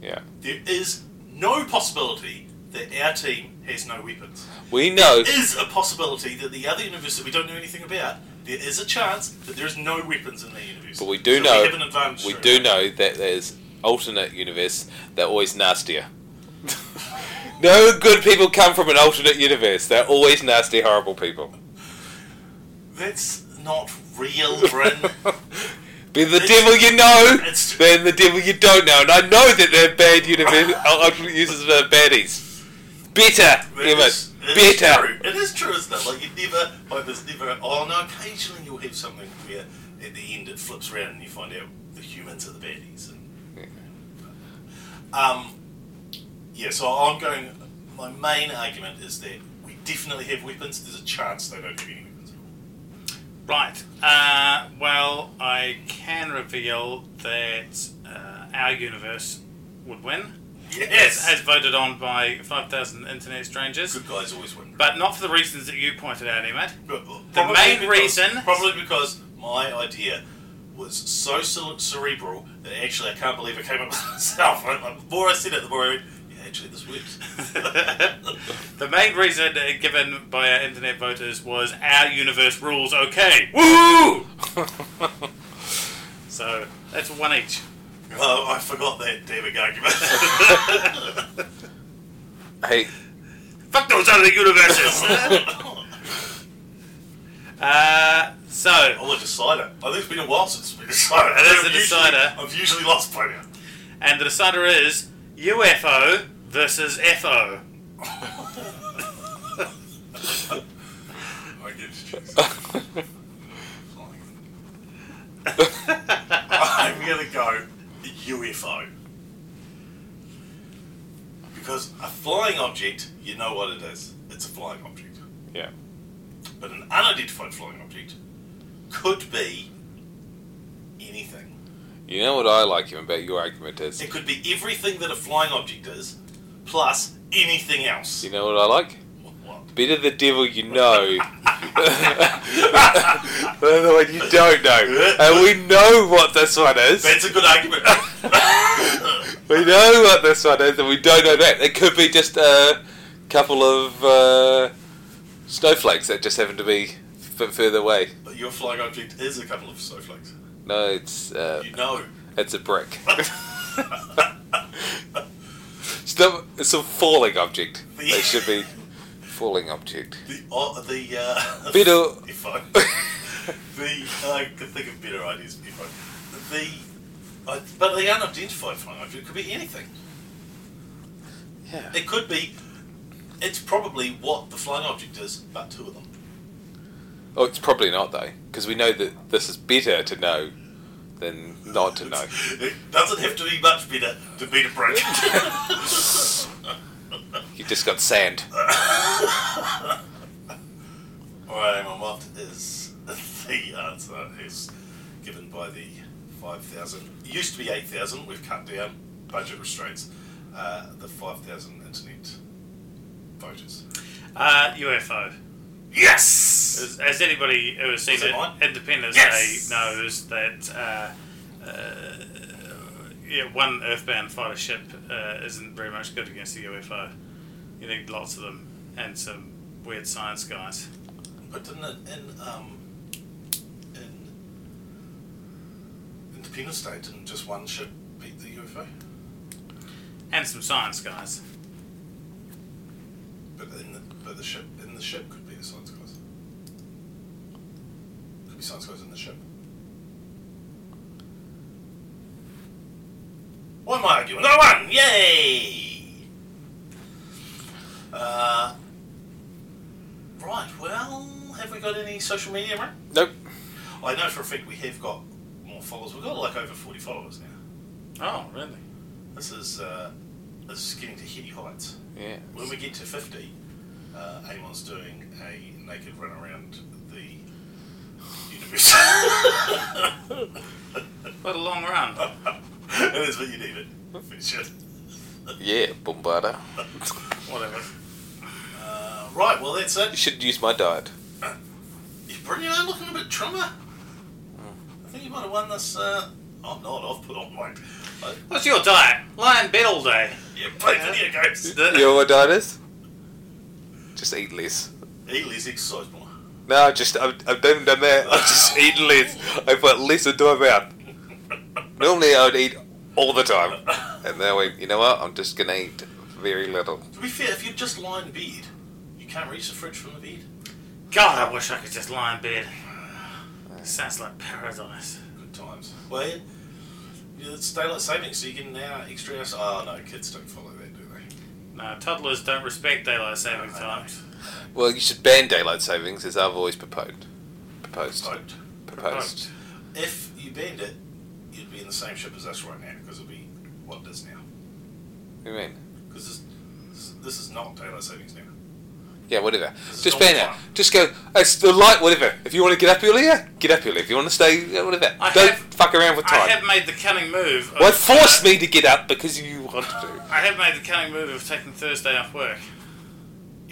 S3: yeah.
S1: There is no possibility that our team has no weapons.
S3: We know.
S1: Is a possibility that the other universe that we don't know anything about, there is a chance that there is no weapons in the universe.
S3: But we do
S1: So
S3: know-
S1: We have an advantage.
S3: We
S1: straight
S3: do
S1: away.
S3: know that there's alternate universe. They're
S1: (laughs)
S3: always nastier. no good people come from an alternate universe. They're always nasty, horrible people.
S1: That's not real,
S3: (laughs)
S1: Bryn.
S3: Be the devil you know,
S1: It's-
S3: than the devil you don't know. And I know that they're
S1: (laughs)
S3: bad universe. alternate users are baddies. Better,
S1: It
S3: Emma.
S1: is- it is
S3: Better.
S1: true. It is true, isn't it? Like you never, like there's never. Oh no, occasionally you'll have something where at the end it flips around and you find out the humans are the baddies. And, um, yeah. So I'm going. My main argument is that we definitely have weapons. There's a chance they don't have any weapons at all.
S4: Right. Uh, well, I can reveal that uh, our universe would win,
S1: Yes!
S4: as voted on by 5,000 internet strangers,
S1: Good guys always win.
S4: but not for the reasons that you pointed out, Emmet.
S1: Probably
S4: The main
S1: because-
S4: reason-
S1: Probably because my idea was so cere- cerebral that actually I can't believe I came up with (laughs) it myself. And the more I said it, the more I went, yeah, actually, this
S4: (laughs)
S1: works. (laughs)
S4: the main reason uh, given by our internet voters was our universe rules okay. Woo! (laughs) So that's one each.
S1: oh, I forgot that damning argument.
S4: (laughs)
S3: hey, (laughs)
S4: Fuck those other universes!
S1: (laughs)
S4: uh, so,
S1: (laughs) I'm a decider. I think it's been a while since it's been a decider.
S4: It is
S1: I've
S4: a
S1: usually-
S4: decider.
S1: I've usually lost by
S4: (laughs)
S1: now.
S4: And the decider is UFO versus FO.
S1: (laughs) I get to
S4: (laughs)
S1: choose. Fine. I'm gonna go UFO. Because a flying object, you know what it is. It's a flying object.
S3: yeah.
S1: But an unidentified flying object could be anything.
S3: You know what I like about your argument is.
S1: It could be everything that a flying object is, plus anything else.
S3: You know what I like?
S1: What?
S3: Better the devil you know than the one you don't know. And we know what this one is.
S1: That's a good argument. (laughs)
S3: We know what this one is, and we don't know that. It could be just a couple of uh, snowflakes that just happen to be f- further away.
S1: but your flying object is a couple of snowflakes.
S3: No, it's uh,
S1: You know.
S3: it's a brick. It's, not, it's a falling object. It should be falling object.
S1: The uh, the uh,
S3: Beetle.
S1: (laughs) If I, the I can think of better ideas. If I, the I, but the unidentified flying object could be anything.
S3: Yeah.
S1: It could be. It's probably what the flying object is, but two of them.
S3: Oh, it's probably not though, because we know that this is better to know than not to know.
S1: It doesn't have to be much better to beat a brick.
S3: You just got sand.
S1: Alright, and what is (laughs) the answer is given by the 5,000, it used to be 8,000, we've cut down budget restraints, uh, the 5,000 internet voters.
S4: Uh, UFO.
S1: Yes!
S4: Has, has anybody who has seen
S1: Was it
S4: it,
S1: mine?
S4: Independence
S1: Yes.
S4: Day knows that uh, uh, yeah, one Earthbound fighter ship uh, isn't very much good against a UFO. You need lots of them and some weird science guys.
S1: But didn't it, in, um, in Independence Day, didn't just one ship beat the UFO?
S4: And some science guys.
S1: But in the, but the ship, in the ship could be the science guys. Could be science guys in the ship. Why am I arguing? I won! Yay! Uh, right, well, have we got any social media, Murray?
S3: Nope.
S1: I know for a fact we have got more followers. We've got like over 40 followers now.
S4: Oh, really?
S1: This is, uh, this is getting to heady heights.
S3: Yeah.
S1: When we get to 50, uh, Amon's doing a naked run around the universe. (laughs)
S4: What a long run.
S1: it is what you need it. For sure.
S3: Yeah, Bombarda.
S4: Whatever.
S1: Uh, right, well, that's
S3: You
S1: it.
S3: should use my diet.
S1: You bring it on looking a bit trimmer. I think you might have won this. Uh, I'm not, I've put on weight. I,
S4: What's your diet? Lie in bed all day.
S1: yeah, play video
S3: (laughs)
S1: games.
S4: The-
S3: You know what my diet is? Just eat less.
S1: He lives exercise more.
S3: No, I just I've, I've never done that.
S1: (laughs)
S3: I've just eaten less. I put less into my mouth. Normally I would eat all the time, and now I, you know what? I'm just gonna eat very little.
S1: To be fair, if you just lie in bed, you can't reach the fridge from the bed.
S4: God, I wish I could just lie in bed. Sounds like paradise.
S1: Good times. Well, yeah, yeah, it's daylight savings, so you get an hour extra. hours- Oh no, kids don't follow that, do they?
S4: No, toddlers don't respect daylight saving
S1: No, Oh, I
S4: times.
S3: Well, you should ban daylight savings, as I've always proposed. Proposed.
S1: Don't.
S3: Proposed.
S1: If you banned it, you'd be in the same ship as us right now because it'd be what it is now.
S3: What do you mean?
S1: Because this, this is not daylight savings now.
S3: Yeah, whatever.
S4: This is
S3: Just ban
S4: all
S3: it.
S4: fine.
S3: Just go. It's the light. Whatever. If you want to get up earlier, get up earlier. If you want to stay, yeah, whatever.
S4: I
S3: Don't
S4: have-
S3: fuck around with
S4: I
S3: time.
S4: have made the cunning move. Of, uh,
S3: Well, force me to get up because you want to.
S4: I have made the cunning move of taking Thursday off work.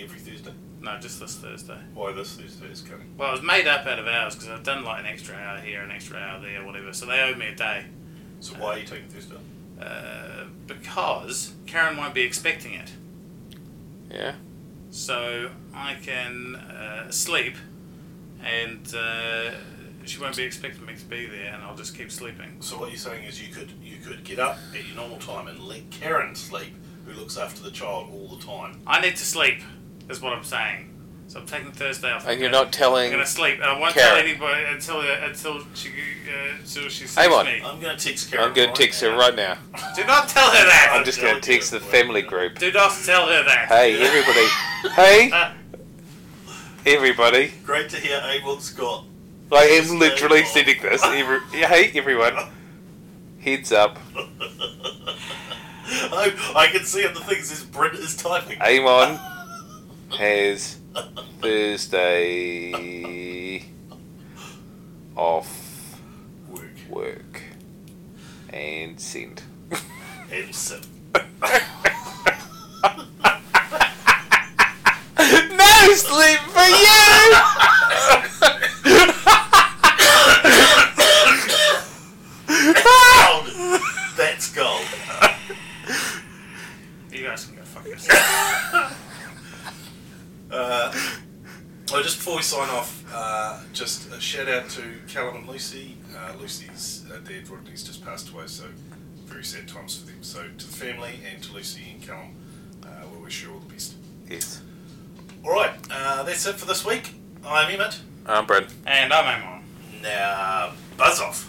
S1: Every Thursday.
S4: No, just this Thursday.
S1: Why this Thursday is coming.
S4: Well, it was made up out of hours because I've done like an extra hour here, an extra hour there, whatever. So they owe me a day
S1: So why are you taking Thursday?
S4: uh, because Karen won't be expecting it.
S3: Yeah.
S4: So I can uh, sleep, and uh, she won't be expecting me to be there, and I'll just keep sleeping.
S1: So what you're saying is you could you could get up at your normal time and let Karen sleep, who looks after the child all the time.
S4: I need to sleep, is what I'm saying. So I'm taking Thursday off.
S3: And you're
S4: I'm
S3: not telling.
S4: gonna sleep. and I won't
S3: Karen.
S4: tell anybody until until she uh, until she sees
S3: Hang on.
S4: me.
S1: I'm going to text Karen.
S3: I'm going to text her right now.
S4: Do not tell her that.
S3: I'm just going to text the family group.
S4: Do not tell her that.
S3: Hey, everybody.
S4: (laughs)
S3: Hey,
S4: Ah.
S3: everybody.
S1: Great to hear Abel's got.
S3: I am literally sending
S4: (laughs)
S3: this. Every, yeah, hey, everyone. Heads up.
S1: I, I can see on the things is Brent is typing.
S4: (laughs)
S3: Amon has Thursday off
S1: Work
S3: work and send.
S1: and sim.
S3: (laughs) no sleep for you!
S1: Gold. That's gold.
S4: You guys can go fuck yourself. (laughs)
S1: Uh, oh, just before we sign off, uh, just a shout out to Callum and Lucy. Uh, Lucy's uh, dad, Rodney's just passed away, so very sad times for them. So to the family and to Lucy and Callum, uh, we wish you all the best.
S3: (laughs) yes.
S1: All right, uh, that's it for this week. I'm Emmett.
S3: I'm Brad.
S4: and I'm Amon.
S1: Now, buzz off.